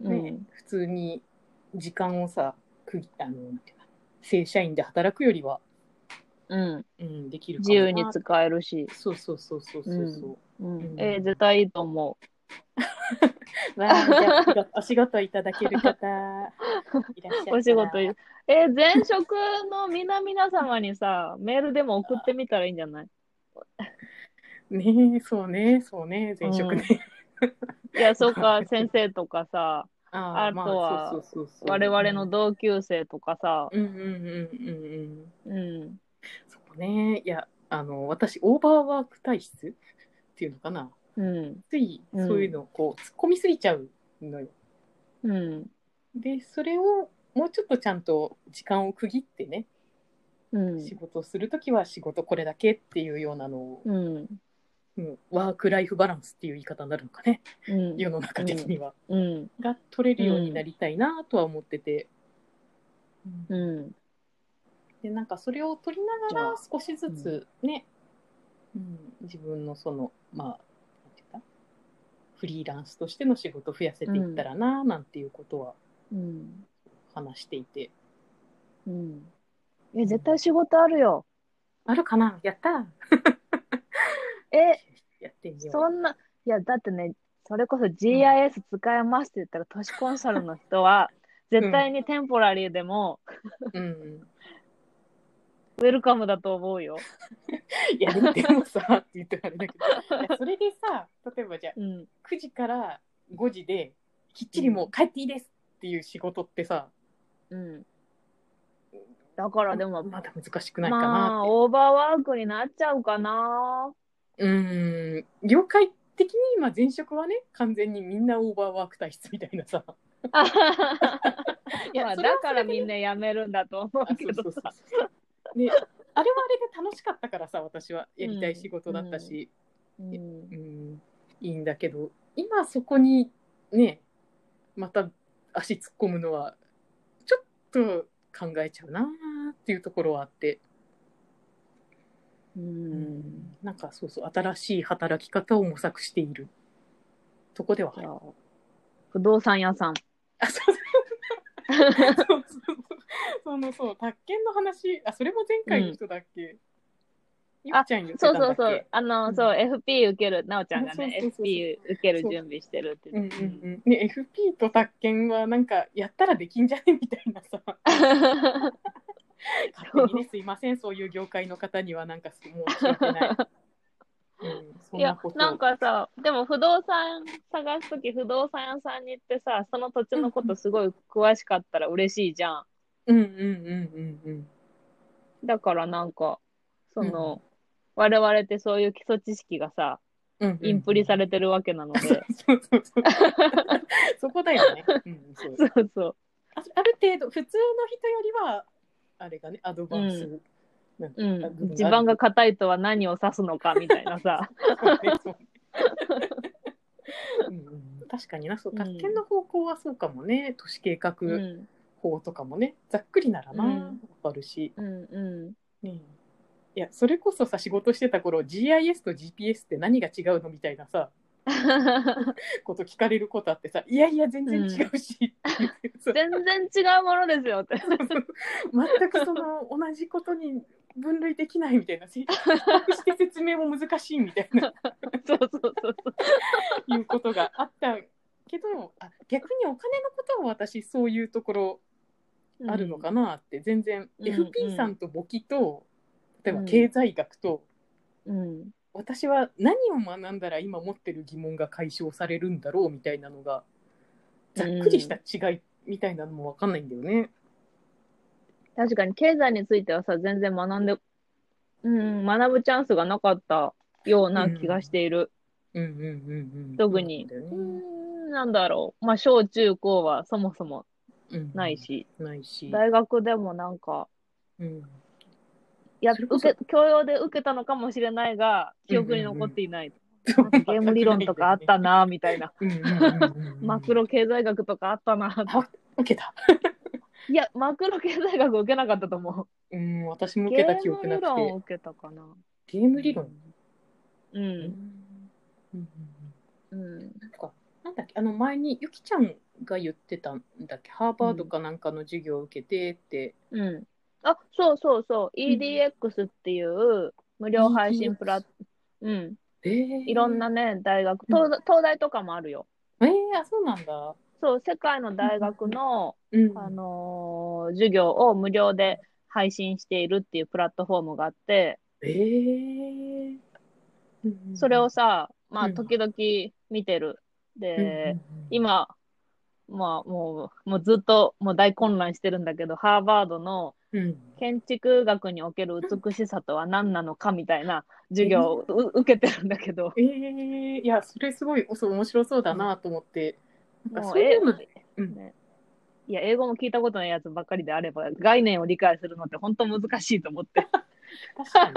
A: う
B: ね
A: ん。
B: 普通に時間をさ区切あのなんていうか正社員で働くよりは、
A: うん。
B: うん、できるか
A: 自
B: もな
A: 由に使えるし。
B: そうそうそうそうそうそう。
A: うん
B: う。ん
A: えー、絶対いいと思
B: わあじゃあお仕事お仕事いただける方いらっしゃっ
A: う。
B: たら
A: お仕事いい。えー、前職の皆々様にさ、メールでも送ってみたらいいんじゃない
B: ねえそうねそうね前職ね。
A: いや、そうか、先生とかさ、
B: あー
A: あとは
B: そうそうそうそう
A: 我々の同級生とかさ、
B: うんうんうんうんうん。
A: うん。
B: そうね。いや、あの、私、オーバーワーク体質っていうのかな。
A: うん。
B: つい、
A: うん
B: そういうのをこう、突っ込みすぎちゃうのよ。
A: うん。
B: で、それを、もうちょっとちゃんと時間を区切ってね、
A: うん
B: 仕。事をするときは仕事これだけっていうようなのを、
A: うん。
B: うんワーク・ライフ・バランスっていう言い方になるのかね、
A: うん。
B: 世の中的には。
A: うん。
B: が取れるようになりたいなとは思ってて。うん
A: うん。
B: でなんかそれを取りな
A: じ
B: が
A: ゃ
B: ら
A: あ
B: 少しずつね、うん自分のそのまあなんていうかフリーランスとしての仕事を増やせていったらななんていうことは
A: うん。
B: 話していて、
A: うん。いや、絶対仕事あるよ。
B: あるかなやったら
A: え、
B: やってみよう
A: そんな、いや、だってね、それこそ GIS 使えますって言ったら、都市コンサルの人は、絶対にテンポラリーでも、
B: うん、
A: ウェルカムだと思うよ。
B: いやでもさって言ってあれだけ どいやそれでさ例えばじゃあ
A: うん。
B: 9時から5時できっちりもう帰っていいですっていう仕事ってさ、
A: うん。だからでも、
B: ま
A: ま
B: だ難しくないかな
A: あ、オーバーワークになっちゃうかな。
B: うーん業界的に今前職はね完全にみんなオーバーワーク体質みたいなさい
A: いや、
B: それは
A: だからみんな辞めるんだと思うけ
B: それでねあそうそ
A: ど
B: う
A: さ。
B: そうねあれはあれで楽しかったからさ私はやりたい仕事だったし、
A: うん
B: うんいいんだけど今そこにねまた足突っ込むのはちょっと考えちゃうなーっていうところはあって、
A: う。
B: うんなんかそうそう新しい働き方を模索しているとこではあ
A: い
B: る
A: や不動産屋さん。
B: あ そうそうそうそうそのそう宅建の話あそれも前回の人だっけ、ゆきちゃん言って
A: そ
B: たん
A: う
B: だっけ
A: そうそう。あの、
B: うん
A: そう、FP 受ける、なおちゃんが
B: そうそう
A: ね
B: そう、そう
A: FP 受ける準備してるって
B: うん
A: 言
B: う
A: っ
B: ん
A: て。
B: うんね FP と宅建はなんかやったらできんじゃねみたいな さ勝手にねすいませんそういう業界の方にはなんかすもう申し 訳ない、うん、
A: い
B: そんな
A: や
B: こ、と
A: なんかさ、でも不動産探すとき、不動産屋さんに行ってさ、その土地のことすごい詳しかったら嬉しいじゃん。
B: うんうんうんうんうん
A: だからなんか、その、我々ってそういう基礎知識がさ、
B: うんうん
A: インプリされてるわけなので、
B: そうそうそう そこだよね、うん、そ う
A: そうそう。
B: あある程度普通の人よりはあれがねアドバンス、
A: う
B: なんか
A: うん。地盤が硬いとは何を指すのかみたいな さ。
B: そうねそうねうんうん確かになそう宅建の方向はそうかもね、都市計画
A: うん。
B: 法とかもねざっくりならな、
A: う
B: わ
A: ん
B: かるし、
A: うん う
B: ねいやそれこそさ仕事してた頃 GIS と GPS って何が違うのみたいなさ
A: ん。
B: こと聞かれることあってさいやいや全然違うし、 っていうさ
A: 全然違うものですよって。
B: 全くその同じことに分類できないみたいなせ比較して説明も難しいみたいな
A: そうそうそうそう。
B: いうことがあったけどあ逆にお金のことは私そういうところあるのかなって、全然、
A: うん
B: FP さんと簿記と例えば
A: うん
B: 経済学と、
A: うん。
B: 私は何を学んだら今持ってる疑問が解消されるんだろうみたいなのがざっくりした違いみたいなのも分かんないんだよね。
A: 確かに経済についてはさ、全然学んで、うん、学ぶチャンスがなかったような気がしている。
B: うんうんうんうん。
A: 特に
B: そうだよ
A: う
B: ね
A: ん、なんだろう。まあ、小中高はそもそも
B: うん
A: ない。し、
B: ないし。
A: 大学でもなんか、
B: うん
A: いや、
B: それこ
A: 受
B: そ
A: け、教養で受けたのかもしれないが、記憶に残っていない。
B: そう
A: なんかゲーム理論とかあった な、みたいな。
B: うんうんうんうん
A: マクロ経済学とかあったな。
B: 受けた。
A: いや、マクロ経済学受けなかったと思
B: うん、私も
A: う。
B: 受
A: ゲ
B: け
A: ー
B: た記憶
A: ム
B: な
A: 理
B: くて。
A: 論を受けたかな。
B: ゲーム理論。
A: う。
B: うんんうん
A: うん。
B: なんかなんだっけあの前にゆきちゃんが言ってたんだっけハーバードかなんかの授業を受けてって、
A: うん。あ、そうそうそう。EDX っていう無料配信プラ
B: EDX
A: うん。
B: えー
A: いろんなね、大学、東東大とかもあるよ。
B: えー、あそうなんだ、
A: そう、世界の大学の、
B: うん、
A: あのー授業を無料で配信しているっていうプラットフォームがあって、
B: えーうん
A: それをさ、ま
B: う
A: あ、
B: ん
A: 時々見てる。
B: うんうん
A: で、
B: うん
A: 今、まあ、もう、もうずっと、もう大混乱してるんだけど、ハーバードの
B: うん
A: 建築学における美しさとは何なのかみたいな授業をう受けてるんだけど、
B: えー、いやそれすごいおそう面白そうだなと思って、なんか
A: も
B: そう
A: う、え
B: いうの、うん
A: ね、いや、英語も聞いたことないやつばっかりであれば、概念を理解するのって本当難しいと思 って。
B: 確かに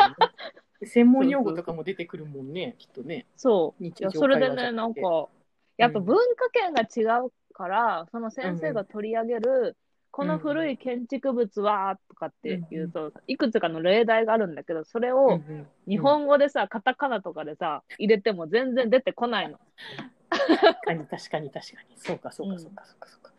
B: ね、 専門用語とかも出てくるもんねきっとね
A: そう。
B: 日
A: いや、
B: 常
A: それで
B: 会話
A: ね、
B: じゃ
A: な
B: なんくて
A: か、やっぱ文化圏が違うから、その先生が取り上げる、この古い建築物は、とかっていうと、いくつかの例題があるんだけど、それを、
B: うんうん
A: 日本語でさ、カタカナとかでさ、入れても全然出てこないの。
B: 確かに確かに確かにそうかそうかそうかそうかそうか、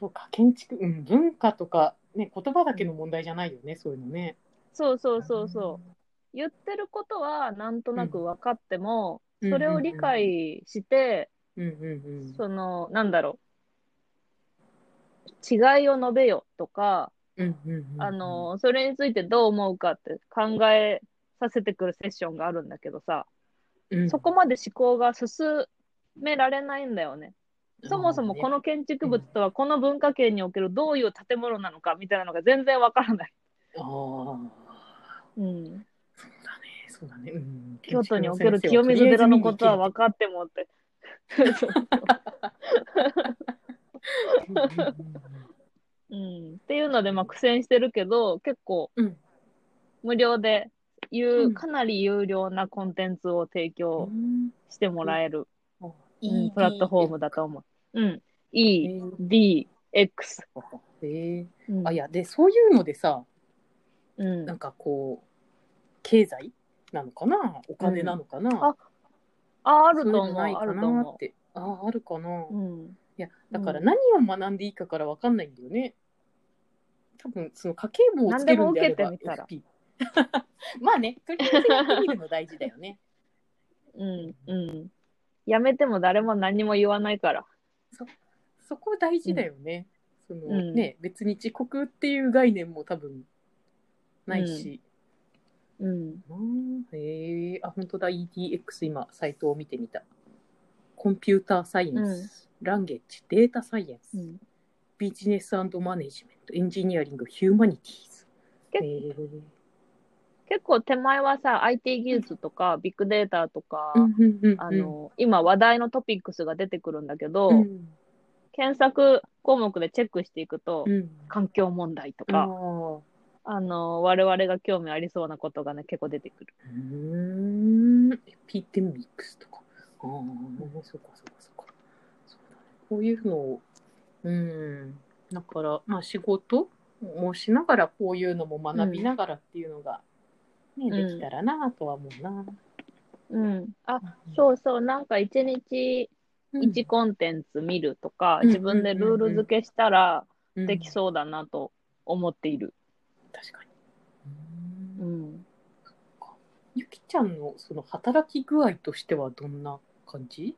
B: そうか建築、うん、文化とか、ね、言葉だけの問題じゃないよねそういうのね
A: そうそうそうそう。言ってることはなんとなく分かっても、
B: うん
A: それを理解して、
B: うんうん
A: その、なんだろう。違いを述べよとか、
B: うんうんうんうん
A: あの、それについてどう思うかって考えさせてくるセッションがあるんだけどさ、
B: うん
A: そこまで思考が進められないんだよね。そもそもこ
B: あ
A: の建築物とはこの文化圏におけるどういう建物なのかみたいなのが全然わからない。
B: ーそう
A: うん、
B: だねそうだね、うん、
A: 京都における清水寺のことは分かってもって。
B: うんうん
A: うん、っていうので、まあ、苦戦してるけど結構
B: うんうん
A: 無料で有、
B: うん
A: かなり有料なコンテンツを提供
B: うん
A: してもらえる、うん
B: ED
A: プラットフォームだと思う。うん、EDX、
B: えー
A: うん
B: あいやでそういうのでさ
A: うん
B: なんかこう経済なのかなお金なのかな、
A: あああ
B: そ
A: る
B: うい
A: と
B: うの
A: 思う
B: ない
A: あ
B: か
A: ると
B: な
A: 思
B: ってああるかな、
A: う。うん
B: いやだから
A: うん
B: 何を学んでいいかから分かんないんだよね。多分その家計簿をつけるんであれば
A: 何でも受けてみたら
B: FP まあね、とりあえずやってみるの大事だよね。
A: うんうん、やめても誰も何も言わないから。
B: そこ大事だよね。そ
A: う
B: の
A: ん
B: ね別に遅刻っていう概念も多分ないし。
A: うん、
B: うんへえあ本当だ EDX 今サイトを見てみた。コンピューターサイエンス、ランゲージ、データサイエンス、
A: うん
B: ビジネスマネジメント、エンジニアリング、ヒューマニティーズ。
A: け
B: へえ
A: 結構手前はさ IT 技術とかビッグデータとか、あ
B: あ、
A: の今話題のトピックスが出てくるんだけど、
B: うん
A: 検索項目でチェックしていくと、
B: うん、
A: 環境問題と
B: ああ
A: か、あの我々が興味ありそうなことがね結構出てくる。
B: うーん、エピデミックスとか。ああ、そうかそうかそうか。そうだね。こういうのを、うん、だから、まあ仕事もしながらこういうのも学びながらっていうのが、ね、
A: うん
B: できたらなとは思うな。
A: うん、あそうそうなんか一日
B: うん
A: 1コンテンツ見るとか、
B: うん
A: 自分でルール付けしたら
B: うん
A: できそうだなと思っている。
B: 確かに。
A: う
B: うん
A: ん、
B: ゆきちゃんのその働き具合としてはどんな感じ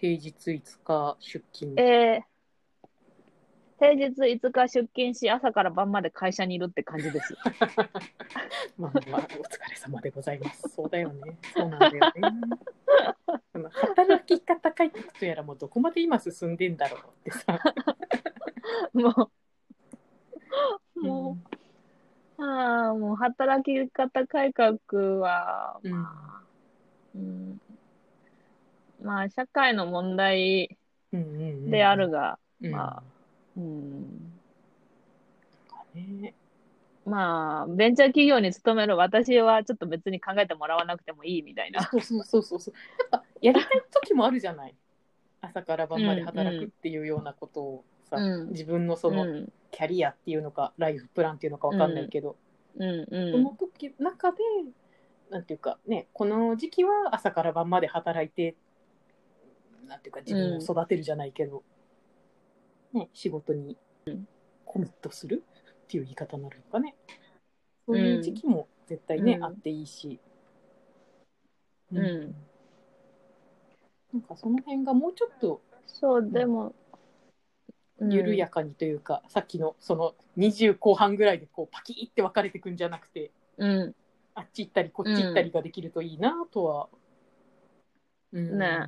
B: 平日5日出勤。
A: えー平日5日出勤し朝から晩まで会社にいるって感じ です。
B: まあまあ、お疲れ様でございます。そうだよね。そうな んだよね。その働き方改革とやらもうどこまで今進んでんだろうってさ。
A: もう、もう、まあ、もう働き方改革は、
B: うん
A: まあ、うんまあ、社会の問題
B: うんうんうん
A: であるが、
B: うん
A: まあうん
B: ね
A: まあ、ベンチャー企業に勤める私はちょっと別に考えてもらわなくてもいいみたいな。
B: そうそうそうそうそうやっぱやりたい時もあるじゃない朝から晩まで働くっていうようなことをさ、
A: うん
B: 自分のその
A: うん
B: キャリアっていうのかライフプランっていうのかわかんないけど、
A: うん
B: その
A: う
B: 時中でなんていうかねこの時期は朝から晩まで働いてなんていうか自分を育てるじゃないけど、ね、仕事にコミットするっていう言い方になるのかねそういう時期も絶対ね、
A: うん
B: あっていいし、
A: んうん。
B: なんかその辺がもうちょっと
A: そう、でも、うん
B: 緩やかにというか、さっきのその20後半ぐらいでこうパキッて分かれてくんじゃなくて
A: うん。
B: あっち行ったりこっち行ったりができるといいなとは、うん
A: ね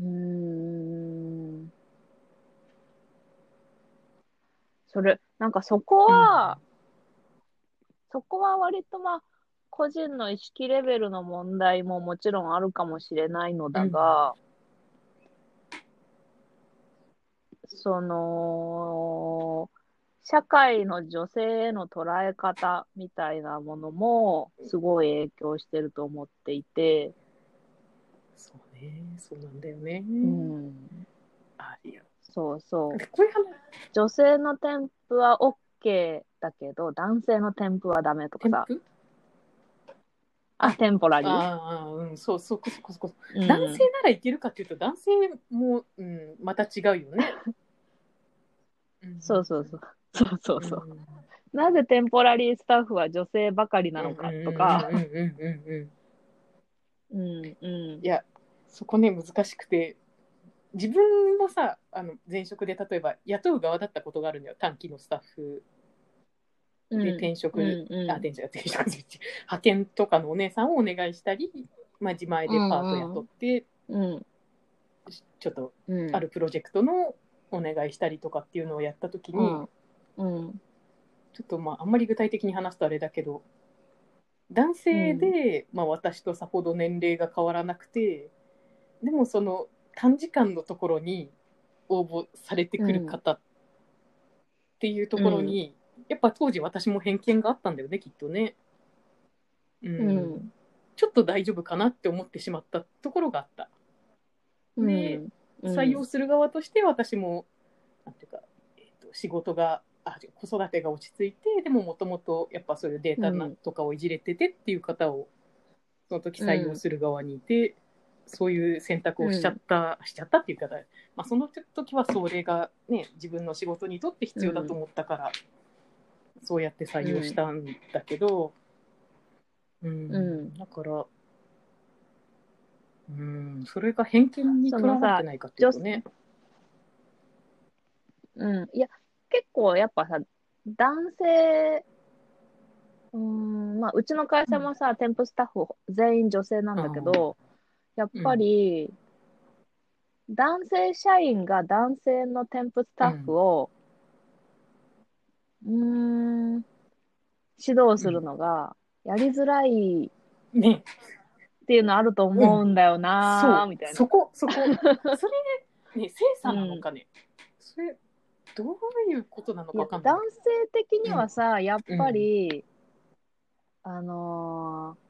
A: うーん。それ、なんかそこは、そこは割とまあ、個人の意識レベルの問題ももちろんあるかもしれないのだが、その、社会の女性への捉え方みたいなものもすごい影響してると思っていて、
B: そうねそうなんだよね、
A: うん、
B: あいや
A: そうそう。
B: こういう話
A: 女性の添付は OK だけど、男性の添付はダメとか
B: 添
A: さ。
B: 付
A: あ、テンポラリー。
B: ああうんそうそうこそこそこそ、
A: うん
B: 男性ならいけるかっていうと男性も、うん、また違うよ ね、ん
A: そうそうそう。そうそうそう。
B: ん
A: なぜテンポラリースタッフは女性ばかりなのかとか。
B: うんうんうんうんうん
A: うんうん
B: い。やそこね難しくて自分もさあの前職で例えば雇う側だったことがあるんだよ短期のスタッフ
A: うん
B: で転職、
A: うんうん
B: あ転職転職転職派遣とかのお姉さんをお願いしたり、まあ、自前でパート雇って、
A: うん
B: ちょっと
A: うん。
B: あるプロジェクトのお願いしたりとかっていうのをやった時に、
A: うん。うん。
B: ちょっとまああんまり具体的に話すとあれだけど男性で、まあ、私とさほど年齢が変わらなくてでもその短時間のところに応募されてくる方っていうところに、やっぱ当時私も偏見があったんだよねきっとね、うん
A: うん。
B: ちょっと大丈夫かなって思ってしまったところがあった。
A: うん。
B: で
A: うん
B: 採用する側として私も、なんていうか、えー、と仕事があ違う子育てが落ち着いてでももともとやっぱそういうデータな
A: うん
B: とかをいじれててっていう方をその時採用する側にいて、そういう選択をしちゃった、しちゃったっていう方、まあ、その時はそれが、ね、自分の仕事にとって必要だと思ったから、そうやって採用したんだけど、うん
A: うん
B: だから。うん、それが偏見にとらわれてないかっていうとね。
A: うん。いや、結構やっぱさ、男性、うーん、まあ、うちの会社もさ、店舗スタッフ全員女性なんだけど、やっぱり、男性社員が男性の店舗スタッフを、うーん、指導するのが、やりづらい
B: ね、
A: っていうのあると思うんだよな
B: そ
A: ー、
B: う
A: みたいな。
B: そこ そこそれね精査なのかね、それどういうことな
A: い
B: のか
A: や
B: わかんない
A: 男性的にはさ、やっぱり、あのー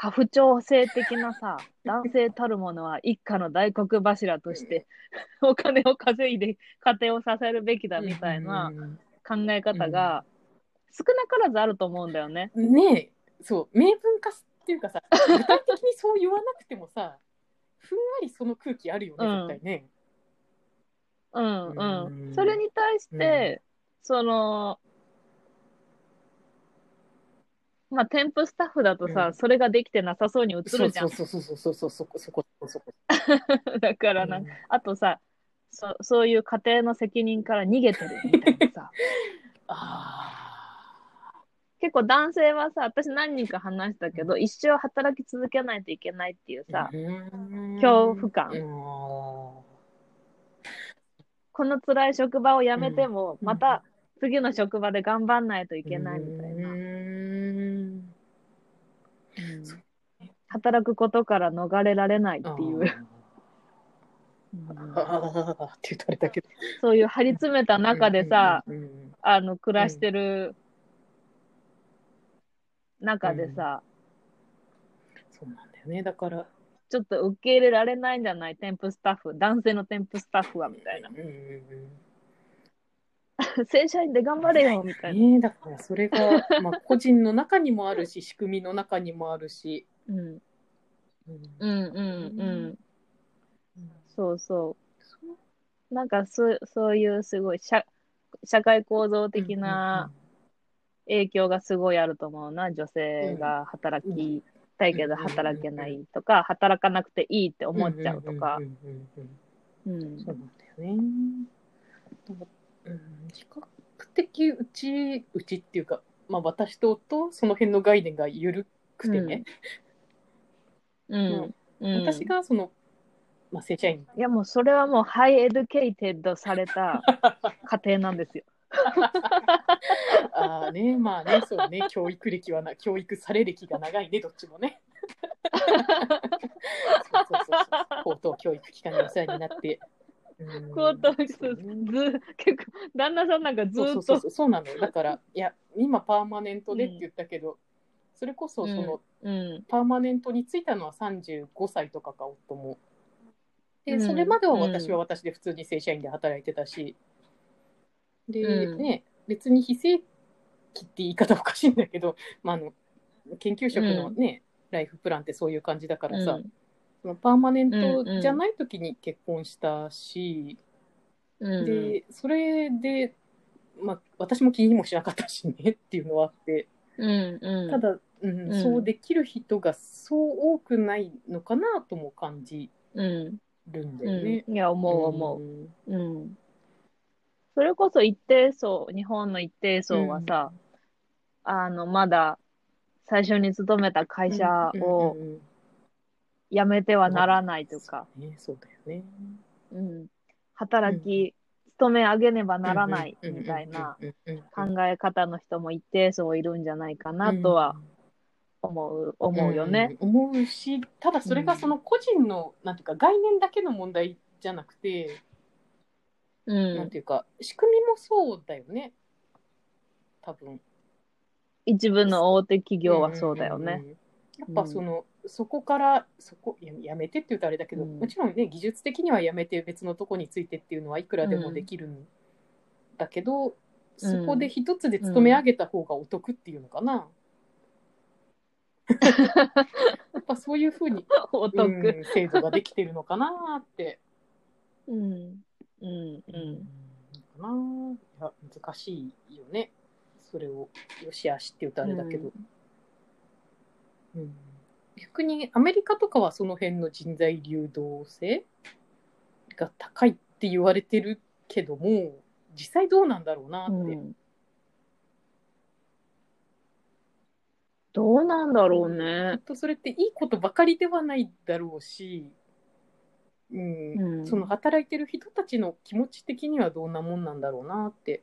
A: 家父長制的なさ 男性たるものは一家の大黒柱として、お金を稼いで家庭を支えるべきだみたいな
B: うん
A: 考え方が少なからずあると思うんだよね。
B: ねそう明文化っていうかさ具体的にそう言わなくてもさふんわりその空気あるよね
A: うん
B: 絶対ね、
A: うんう
B: う
A: んん、それに対して、そのまあ添付スタッフだとさ、
B: うん
A: それができてなさそうに映
B: そう
A: るじゃ
B: そ
A: ん
B: うそうそうそうそうそこそこそこそこ
A: だからなんかあとさそ、そういう家庭の責任から逃げてるみたいな さ。
B: あ
A: 結構男性はさ、私何人か話したけど、一生働き続けないといけないっていう
B: ー
A: さ、
B: うん
A: 恐怖感
B: うん
A: この辛い職場を辞めても、
B: うん
A: また次の職場で頑張んないといけないみたいうな。
B: ーん
A: うん
B: そう
A: 働くことから逃れられないっていう、
B: あ
A: うん
B: ーあーって言うとあれだけど
A: そういう張り詰めた中でさ、
B: うんうん
A: あの暮らしてる中でさ、
B: そうなんだよねだから
A: ちょっと受け入れられないんじゃない添付スタッフ男性の添付スタッフはみたいな
B: うんうんうん
A: 正社員で頑張れよみたいな、
B: ねえだからそれが、 まあ、個人の中にもあるし仕組みの中にもあるし、
A: うん、
B: うん
A: うんうんうん
B: うん
A: そうそうなんかそうそういうすごい社社会構造的な影響がすごいあると思うな女性が働きたいけど
B: うんうん
A: 働けないとか働かなくていいって思っちゃうとか
B: んんうんうんうん
A: うん
B: そうなんだよね。だからうん、比較的うちうちっていうか、まあ、私と夫その辺の概念が緩くてね、
A: うんうん
B: 私がその、まあ、正社員
A: いやもうそれはもうハイエデュケイテッドされた家庭なんですよ。
B: ああねまあねそうね教育歴はな教育され歴が長いねどっちもね。そうそうそうそう高等教育機関にお世話になって。うん
A: クォーター
B: そうね
A: ず結構旦那さんなんかずっ
B: そう
A: と
B: そうそうそうなのよだからいや今パーマネントでって言ったけど、それこそその、
A: うん
B: パーマネントについたのは35歳とかか夫も。
A: う
B: で
A: ん
B: それまでは私
A: う
B: は
A: ん
B: 私で普通に正社員で働いてたし、で、
A: うん
B: ね別に非正規って言い方おかしいんだけど、まあ、あの研究職のね、ライフプランってそういう感じだからさ、そのパーマネントじゃない時に結婚したし、
A: うん
B: でそれで、まあ、私も気にもしなかったしねっていうのはあって。
A: うんうん
B: ただ、うん
A: うん
B: そうできる人がそう多くないのかなとも感じ
A: うん
B: るんだよね
A: う。んいや思う思う。
B: ん
A: うんそれこそ一定層、日本の一定層はさ、あの、まだ最初に勤めた会社を
B: うんうんうん
A: 辞めてはならないとか、
B: ね、そうだよね。
A: うん、働き、勤め上げねばならない
B: うんうん
A: みたいな
B: うんうんうん
A: 考え方の人も一定層いるんじゃないかなとは思う、思うよね。。
B: ん思うし、ただそれがその個人の、なんていうか概念だけの問題じゃなくて、
A: うん。
B: なんていうか仕組みもそうだよね。多分。
A: 一部の大手企業はそうだよね。
B: うんうんうんうん。やっぱその、そこからそこややめてって言うとあれだけど、
A: うん
B: もちろんね技術的にはやめて別のとこについてっていうのはいくらでもできるんだけど、そこで一つで勤め上げた方がお得っていうの かな。やっぱそういうふうに、
A: お
B: う
A: 得。
B: ん、制度ができてるのかなって。
A: うん。うん。うん。
B: かないや難しいよねそれをよしあしって言うとあれだけど、うん逆にアメリカとかはその辺の人材流動性が高いって言われてるけども実際どうなんだろうなって、
A: うんどうなんだろう
B: きっ
A: ね。
B: とそれっていいことばかりではないだろうし、うん
A: うん
B: その働いてる人たちの気持ち的にはどんなもんなんだろうなって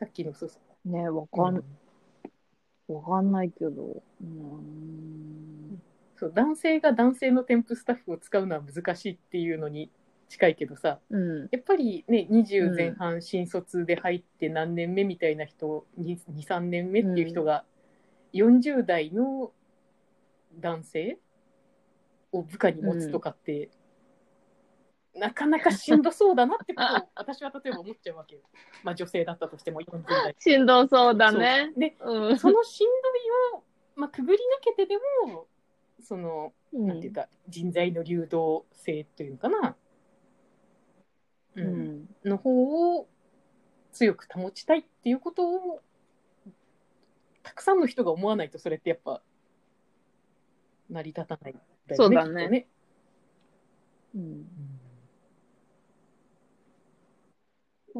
B: さっきのそうそう
A: ねわかん、わかんないけど。うん。
B: そう男性が男性の添付スタッフを使うのは難しいっていうのに近いけどさ
A: うん。
B: やっぱりね20前半新卒で入って何年目みたいな人、23年目っていう人が40代の男性を部下に持つとかって、なかなかしんどそうだなってことを 私は例えば思っちゃうわけよ、まあ、女性だったとしても40代。
A: しんどそうだね
B: そ。うで
A: うん。
B: そのしんどいを、まあ、くぐり抜けてでもそのなんていうか人材の流動性というのかな、
A: う
B: うん
A: ん。
B: の方を強く保ちたいっていうことをたくさんの人が思わないとそれってやっぱ成り立たないんよ
A: そうだね
B: きっと
A: うん。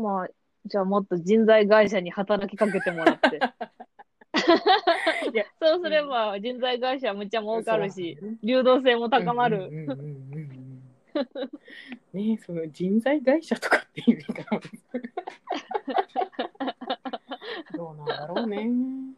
A: まあ、じゃあもっと人材会社に働きかけてもら って。
B: いや
A: そうすれば人材会社はむっちゃ儲かるし、
B: そうなんだよね
A: 流動性も高まる。
B: うんうんうんうんうんねその人材会社とかっていう言い方もどうなんだろうね。うん
A: うん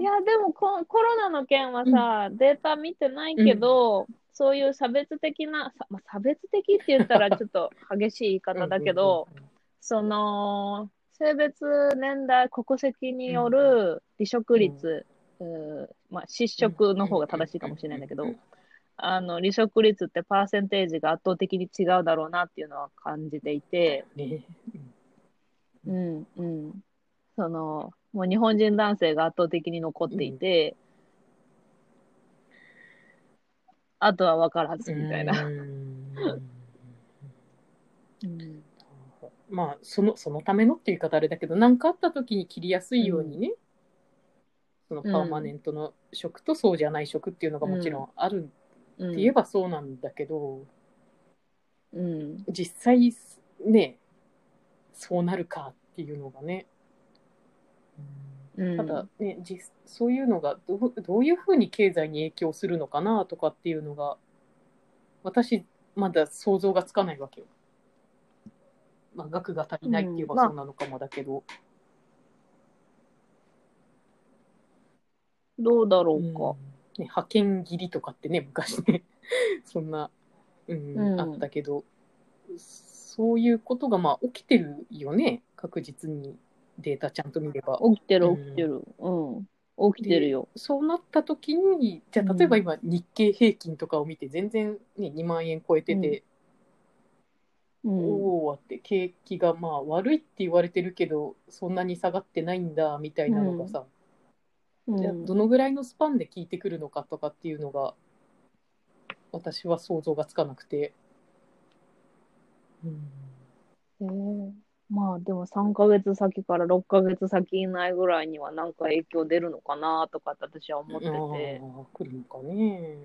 A: いやでもココロナの件はさ、データ見てないけど、そういう差別的な、さまあ、差別的って言ったらちょっと激しい言い方だけど、、その性別、年代、国籍による離職率、うーまあ、失職の方が正しいかもしれないんだけど、あの離職率ってパーセンテージが圧倒的に違うだろうなっていうのは感じていて、
B: ね、
A: うんうん、そのもう日本人男性が圧倒的に残っていて、あとは分からずみたいな。
B: うん。
A: うん
B: まあそのそのためのっていう言い方あれだけど何かあった時に切りやすいようにね、そのパーマネントの職とそうじゃない職っていうのがもちろんあるって言えばそうなんだけど、
A: うん
B: 実際ねそうなるかっていうのがね、
A: うん
B: ただね実そういうのがどうどういうふうに経済に影響するのかなとかっていうのが私まだ想像がつかないわけよ。まあ、額が足りないって言え
A: うんま
B: ば
A: あ
B: そうなのかもだけど、
A: どうだろ
B: うん
A: うか
B: ね、。派遣切りとかってね昔ね そんな、うん
A: うん
B: あったけどそういうことがまあ起きてるよね確実にデータちゃんと見れば。
A: 起きてる起きてる。うん。起きてるよ。
B: そうなった時にじゃあ
A: うん
B: 例えば今日経平均とかを見て全然、ね、2万円超えてて、
A: うん。
B: おおって景気がまあ悪いって言われてるけどそんなに下がってないんだみたいなのがさ、
A: うん
B: じゃあどのぐらいのスパンで効いてくるのかとかっていうのが私は想像がつかなくて。うん
A: えーまあでも3ヶ月先から6ヶ月先以内ぐらいにはなんか影響出るのかなとかって私は思って
B: あ
A: て。
B: ー来るのかね。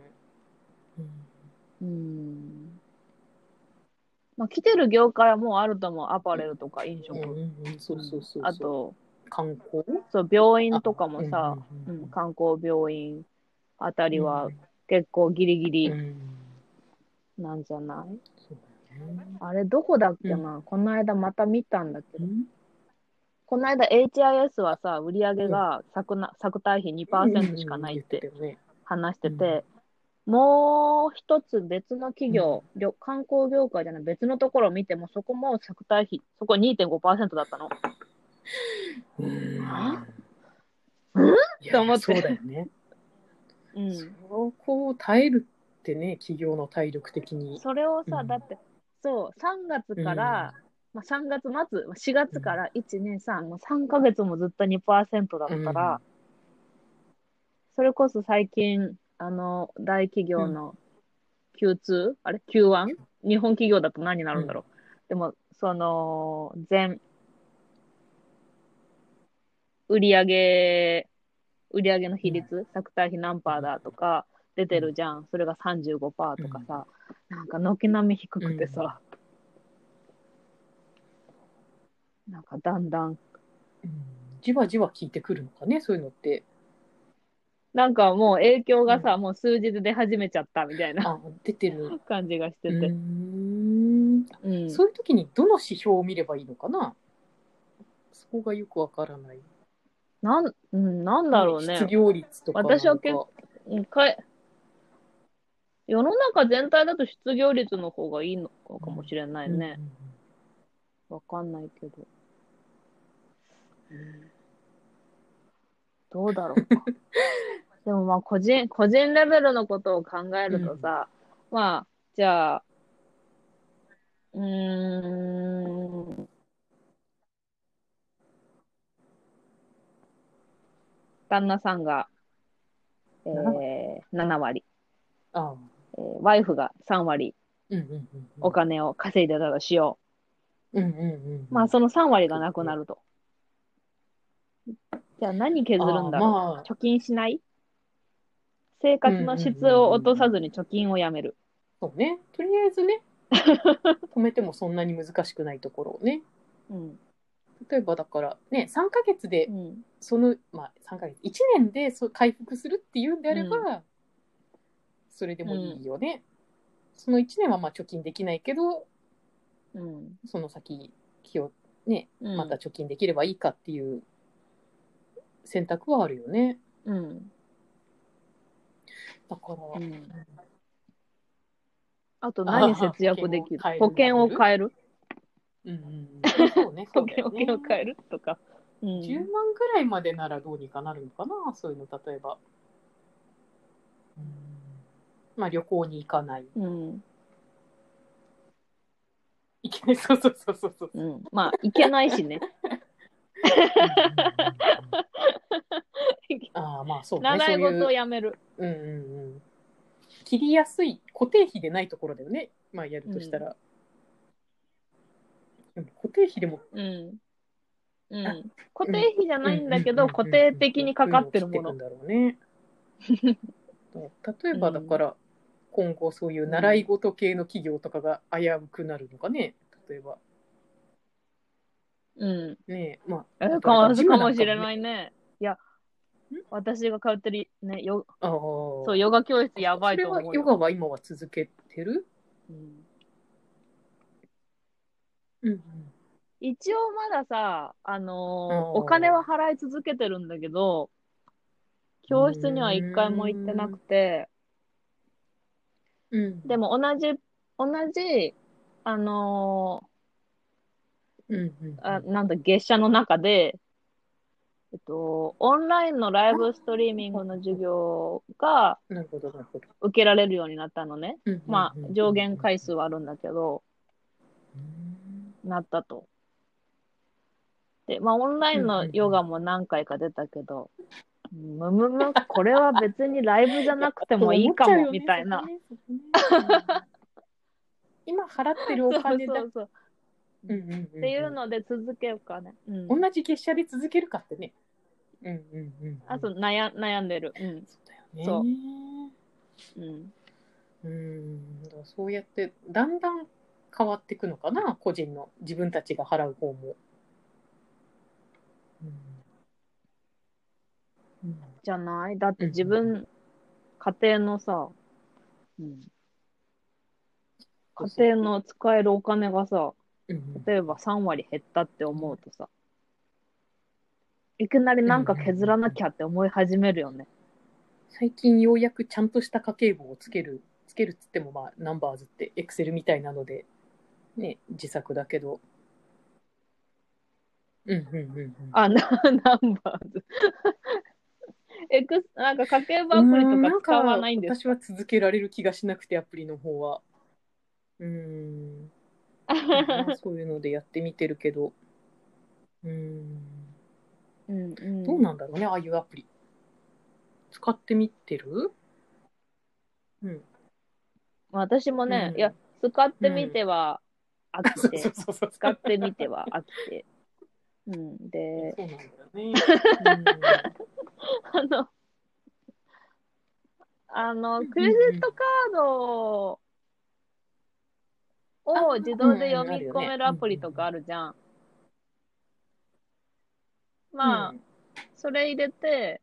A: う
B: うん
A: ん。まあ来てる業界はもうあると思う。アパレルとか飲
B: うん
A: 食。
B: うんうんそうそうそうそう
A: あと、
B: 観光
A: そう、病院とかもさ、
B: う
A: うん
B: うん
A: ん
B: うん
A: 観光病院あたりは結構ギリギ
B: う
A: リ
B: ん
A: なんじゃない
B: そうだよね
A: あれどこだっけなこの間また見たんだけど。この間 HIS はさ、売り上げが昨な昨対比2%しかないって話してて、もう一つ別の企業、旅観光業界じゃない別のところを見ても、そこも昨対比、そこ2.5%だったの。
B: うん
A: うん
B: いや
A: と思って
B: そうだよね。
A: うん。
B: そこを耐えるってね、企業の体力的に。
A: それを
B: う
A: さ、
B: ん
A: だって、そう、3月から、まあ、3月末、4月から1、2、3、もう3ヶ月もずっと2%だったら、
B: うん
A: それこそ最近、あの、大企業の Q2、あれ ?Q1? 日本企業だと何になるんだろう。でも、その、全、売上、売上の比率、作対比何パーだとか出てるじゃん。それが35%とかさ、なんか軒並み低くてさ、なんかだんだん、
B: うんじわじわ効いてくるのかね、そういうのって。
A: なんかもう影響がさ、もう数字で出始めちゃったみたいな
B: あ、出てる。
A: 感じがして
B: う
A: て。
B: ーん
A: うん
B: そういう時にどの指標を見ればいいのかなそこがよくわからない。
A: なん、うん、なんだろうね
B: 失。業率とかなんか。
A: 私は結構うんかえ世の中全体だと失業率の方がいいのかもしれないね
B: う。んうん
A: わかんないけど。どうだろうか。でもまあ個人、個人レベルのことを考えるとさ、まあ、じゃあ、うーん。旦那さんが、えー、7割、
B: うん。あ
A: えーワイフが3割
B: うんうんうんうん。
A: お金を稼いでたとしよ
B: うんうんうん。
A: う。まあ、その3割がなくなると。じゃあ何削るんだろう。
B: あーまあ
A: 貯金しない生活の質を落とさずに貯金をやめる。
B: そうね。とりあえずね、止めてもそんなに難しくないところをね。
A: うん。
B: 例えばだからね3ヶ月で
A: うん
B: その、まあ、3ヶ月1年でそう回復するっていうんであれば、
A: う
B: それでもいいよね、その1年はまあ貯金できないけど
A: うん
B: その先気をね
A: うん、
B: また貯金できればいいかっていう選択はあるよね
A: うん、
B: だから、
A: うんあと何節約できる保険を変える
B: うんうんそう ね
A: 保
B: そうだ
A: 険を
B: よね
A: 変えるとか、うん
B: 10万ぐらいまでならどうにかなるのかなそういうの例えば、まあ旅行に行かない
A: うん
B: いけないそうそうそうそうそう
A: うん、まあいけないし ね
B: ああまあそうね
A: 習い
B: そういう
A: 事をやめる
B: うんうんうん切りやすい固定費でないところだよねまあやるとしたら、うん固定費でも
A: うんう
B: あ
A: ん、固定費じゃないんだけど、
B: うううう
A: 固定的にかかってるもの
B: うんだろうね例えばだから、今後そういう習い事系の企業とかが危うくなるのかね例えば
A: うん、
B: ねえまあ
A: え
B: だ
A: か
B: から
A: わ
B: ジ
A: す
B: ム
A: か
B: なんも
A: も
B: ね
A: しれないねいや
B: ん
A: 私が通ってるねよ
B: ああ
A: そうヨガ教室やばいと思
B: そうれはヨ
A: よ、
B: ガは今は続けてる
A: うん
B: うんうん
A: 一応まださあのー
B: うん
A: お金は払い続けてるんだけど教室には一回も行ってなくて、
B: うん
A: でも同じ、同じ、あの
B: うんうん
A: ーあ、なんだ、月謝の中で、えっと、オンラインのライブストリーミングの授業が
B: なるほどなるほど、
A: 受けられるようになったのね。
B: うんうんうん
A: まあ、上限回数はあるんだけど、
B: うん
A: なったと。で、まあ、オンラインのヨガも何回か出たけど、むむむ、これは別にライブじゃなくてもいいかも、みたいな。。
B: 今払ってる
A: そう
B: お
A: そ
B: 金だ
A: うそう。
B: っ
A: っていうので続けるかね。うん。
B: 同じ月謝で続けるかってね。うんうんうん。
A: あと悩悩んでる。うん。
B: ね
A: そううん、
B: うん。だからそうやってだんだん変わっていくのかな個人の自分たちが払う方も。うんうん
A: じゃないだって
B: うん
A: 自分、家庭のさ、うん、家庭の使えるお金がさ
B: うん
A: 例えば3割減ったって思うとさいきなりなんか削らなきゃって思い始めるよね。
B: 最近ようやくちゃんとした家計簿をつけるつけるっつってもまあナンバーズってエクセルみたいなのでね自作だけどうんうんうんうん
A: あ、な ナンバーズ。 エクスなんか家計簿アプ
B: うーん
A: リ
B: な
A: と
B: ん
A: か使わないんです
B: か私は続けられる気がしなくてアプリの方はうー んまあそういうのでやってみてるけどうーん
A: うんうん
B: どうなんだろうねああいうアプリ使ってみてるうん
A: 私もね、
B: うん
A: いや使ってみては飽
B: そ
A: き
B: う
A: て、
B: そうそうそう
A: 使ってみては飽きて。うん、で、
B: そうなんだよね。
A: あの、あの、
B: んうん
A: クレジットカードを自動で読み込めるアプリとかあるじゃん。 まあ、それ入れて、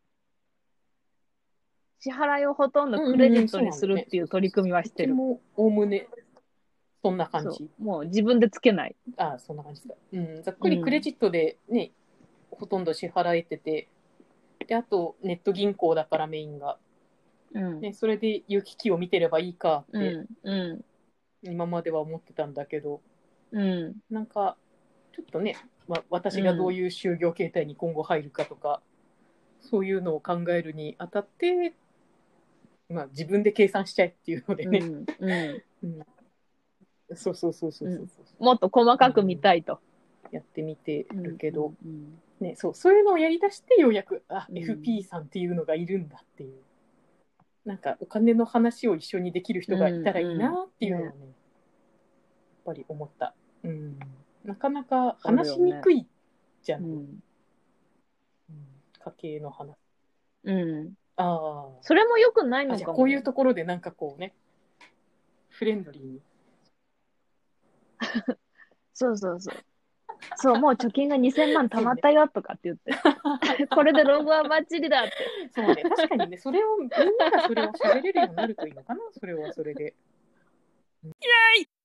A: 支払いをほとんどクレジットにするっていう取り組みはして
B: う
A: る
B: ん。もおおむねそんな感
A: そ
B: じ。
A: うもう自分でつけない。
B: あそんな感じだ。うん、ざっくりクレジットでね、ほとんど支払えてて、であとネット銀行だからメインが、
A: うん。
B: ね、それで有機機を見てればいいかっ
A: う
B: て
A: ん。う
B: 今までは思ってたんだけど、
A: ん。う
B: なんかちょっとね、わ私がどういう就業形態に今後入るかとか、そういうのを考えるにあたって、まあ、自分で計算しちゃえっていうので
A: ん。う
B: ね、
A: ん。うん。
B: そうそうそうそうそうそう、
A: もっと細かく見たいと。
B: やってみてるけど、
A: うん。
B: ね、そうそういうのをやりだしてようやくあ、
A: うん
B: FP さんっていうのがいるんだっていうなんかお金の話を一緒にできる人がいたらいいなっていうのをね、やっぱり思った、うん、なかなか話しにくいじゃん、
A: うん。
B: うん家計の話
A: うん。
B: あー
A: それも良くない
B: あ
A: の
B: じ
A: か
B: ゃあ
A: も。
B: こういうところでなんかこうねフレンドリーに
A: そうそうそう。そう、もう貯金が2000万貯まったよとかって言 って、これで老後はバッチリだって。
B: そうね、確かにね、それを、みんながそれを喋れるようになるといいのかな、それはそれで。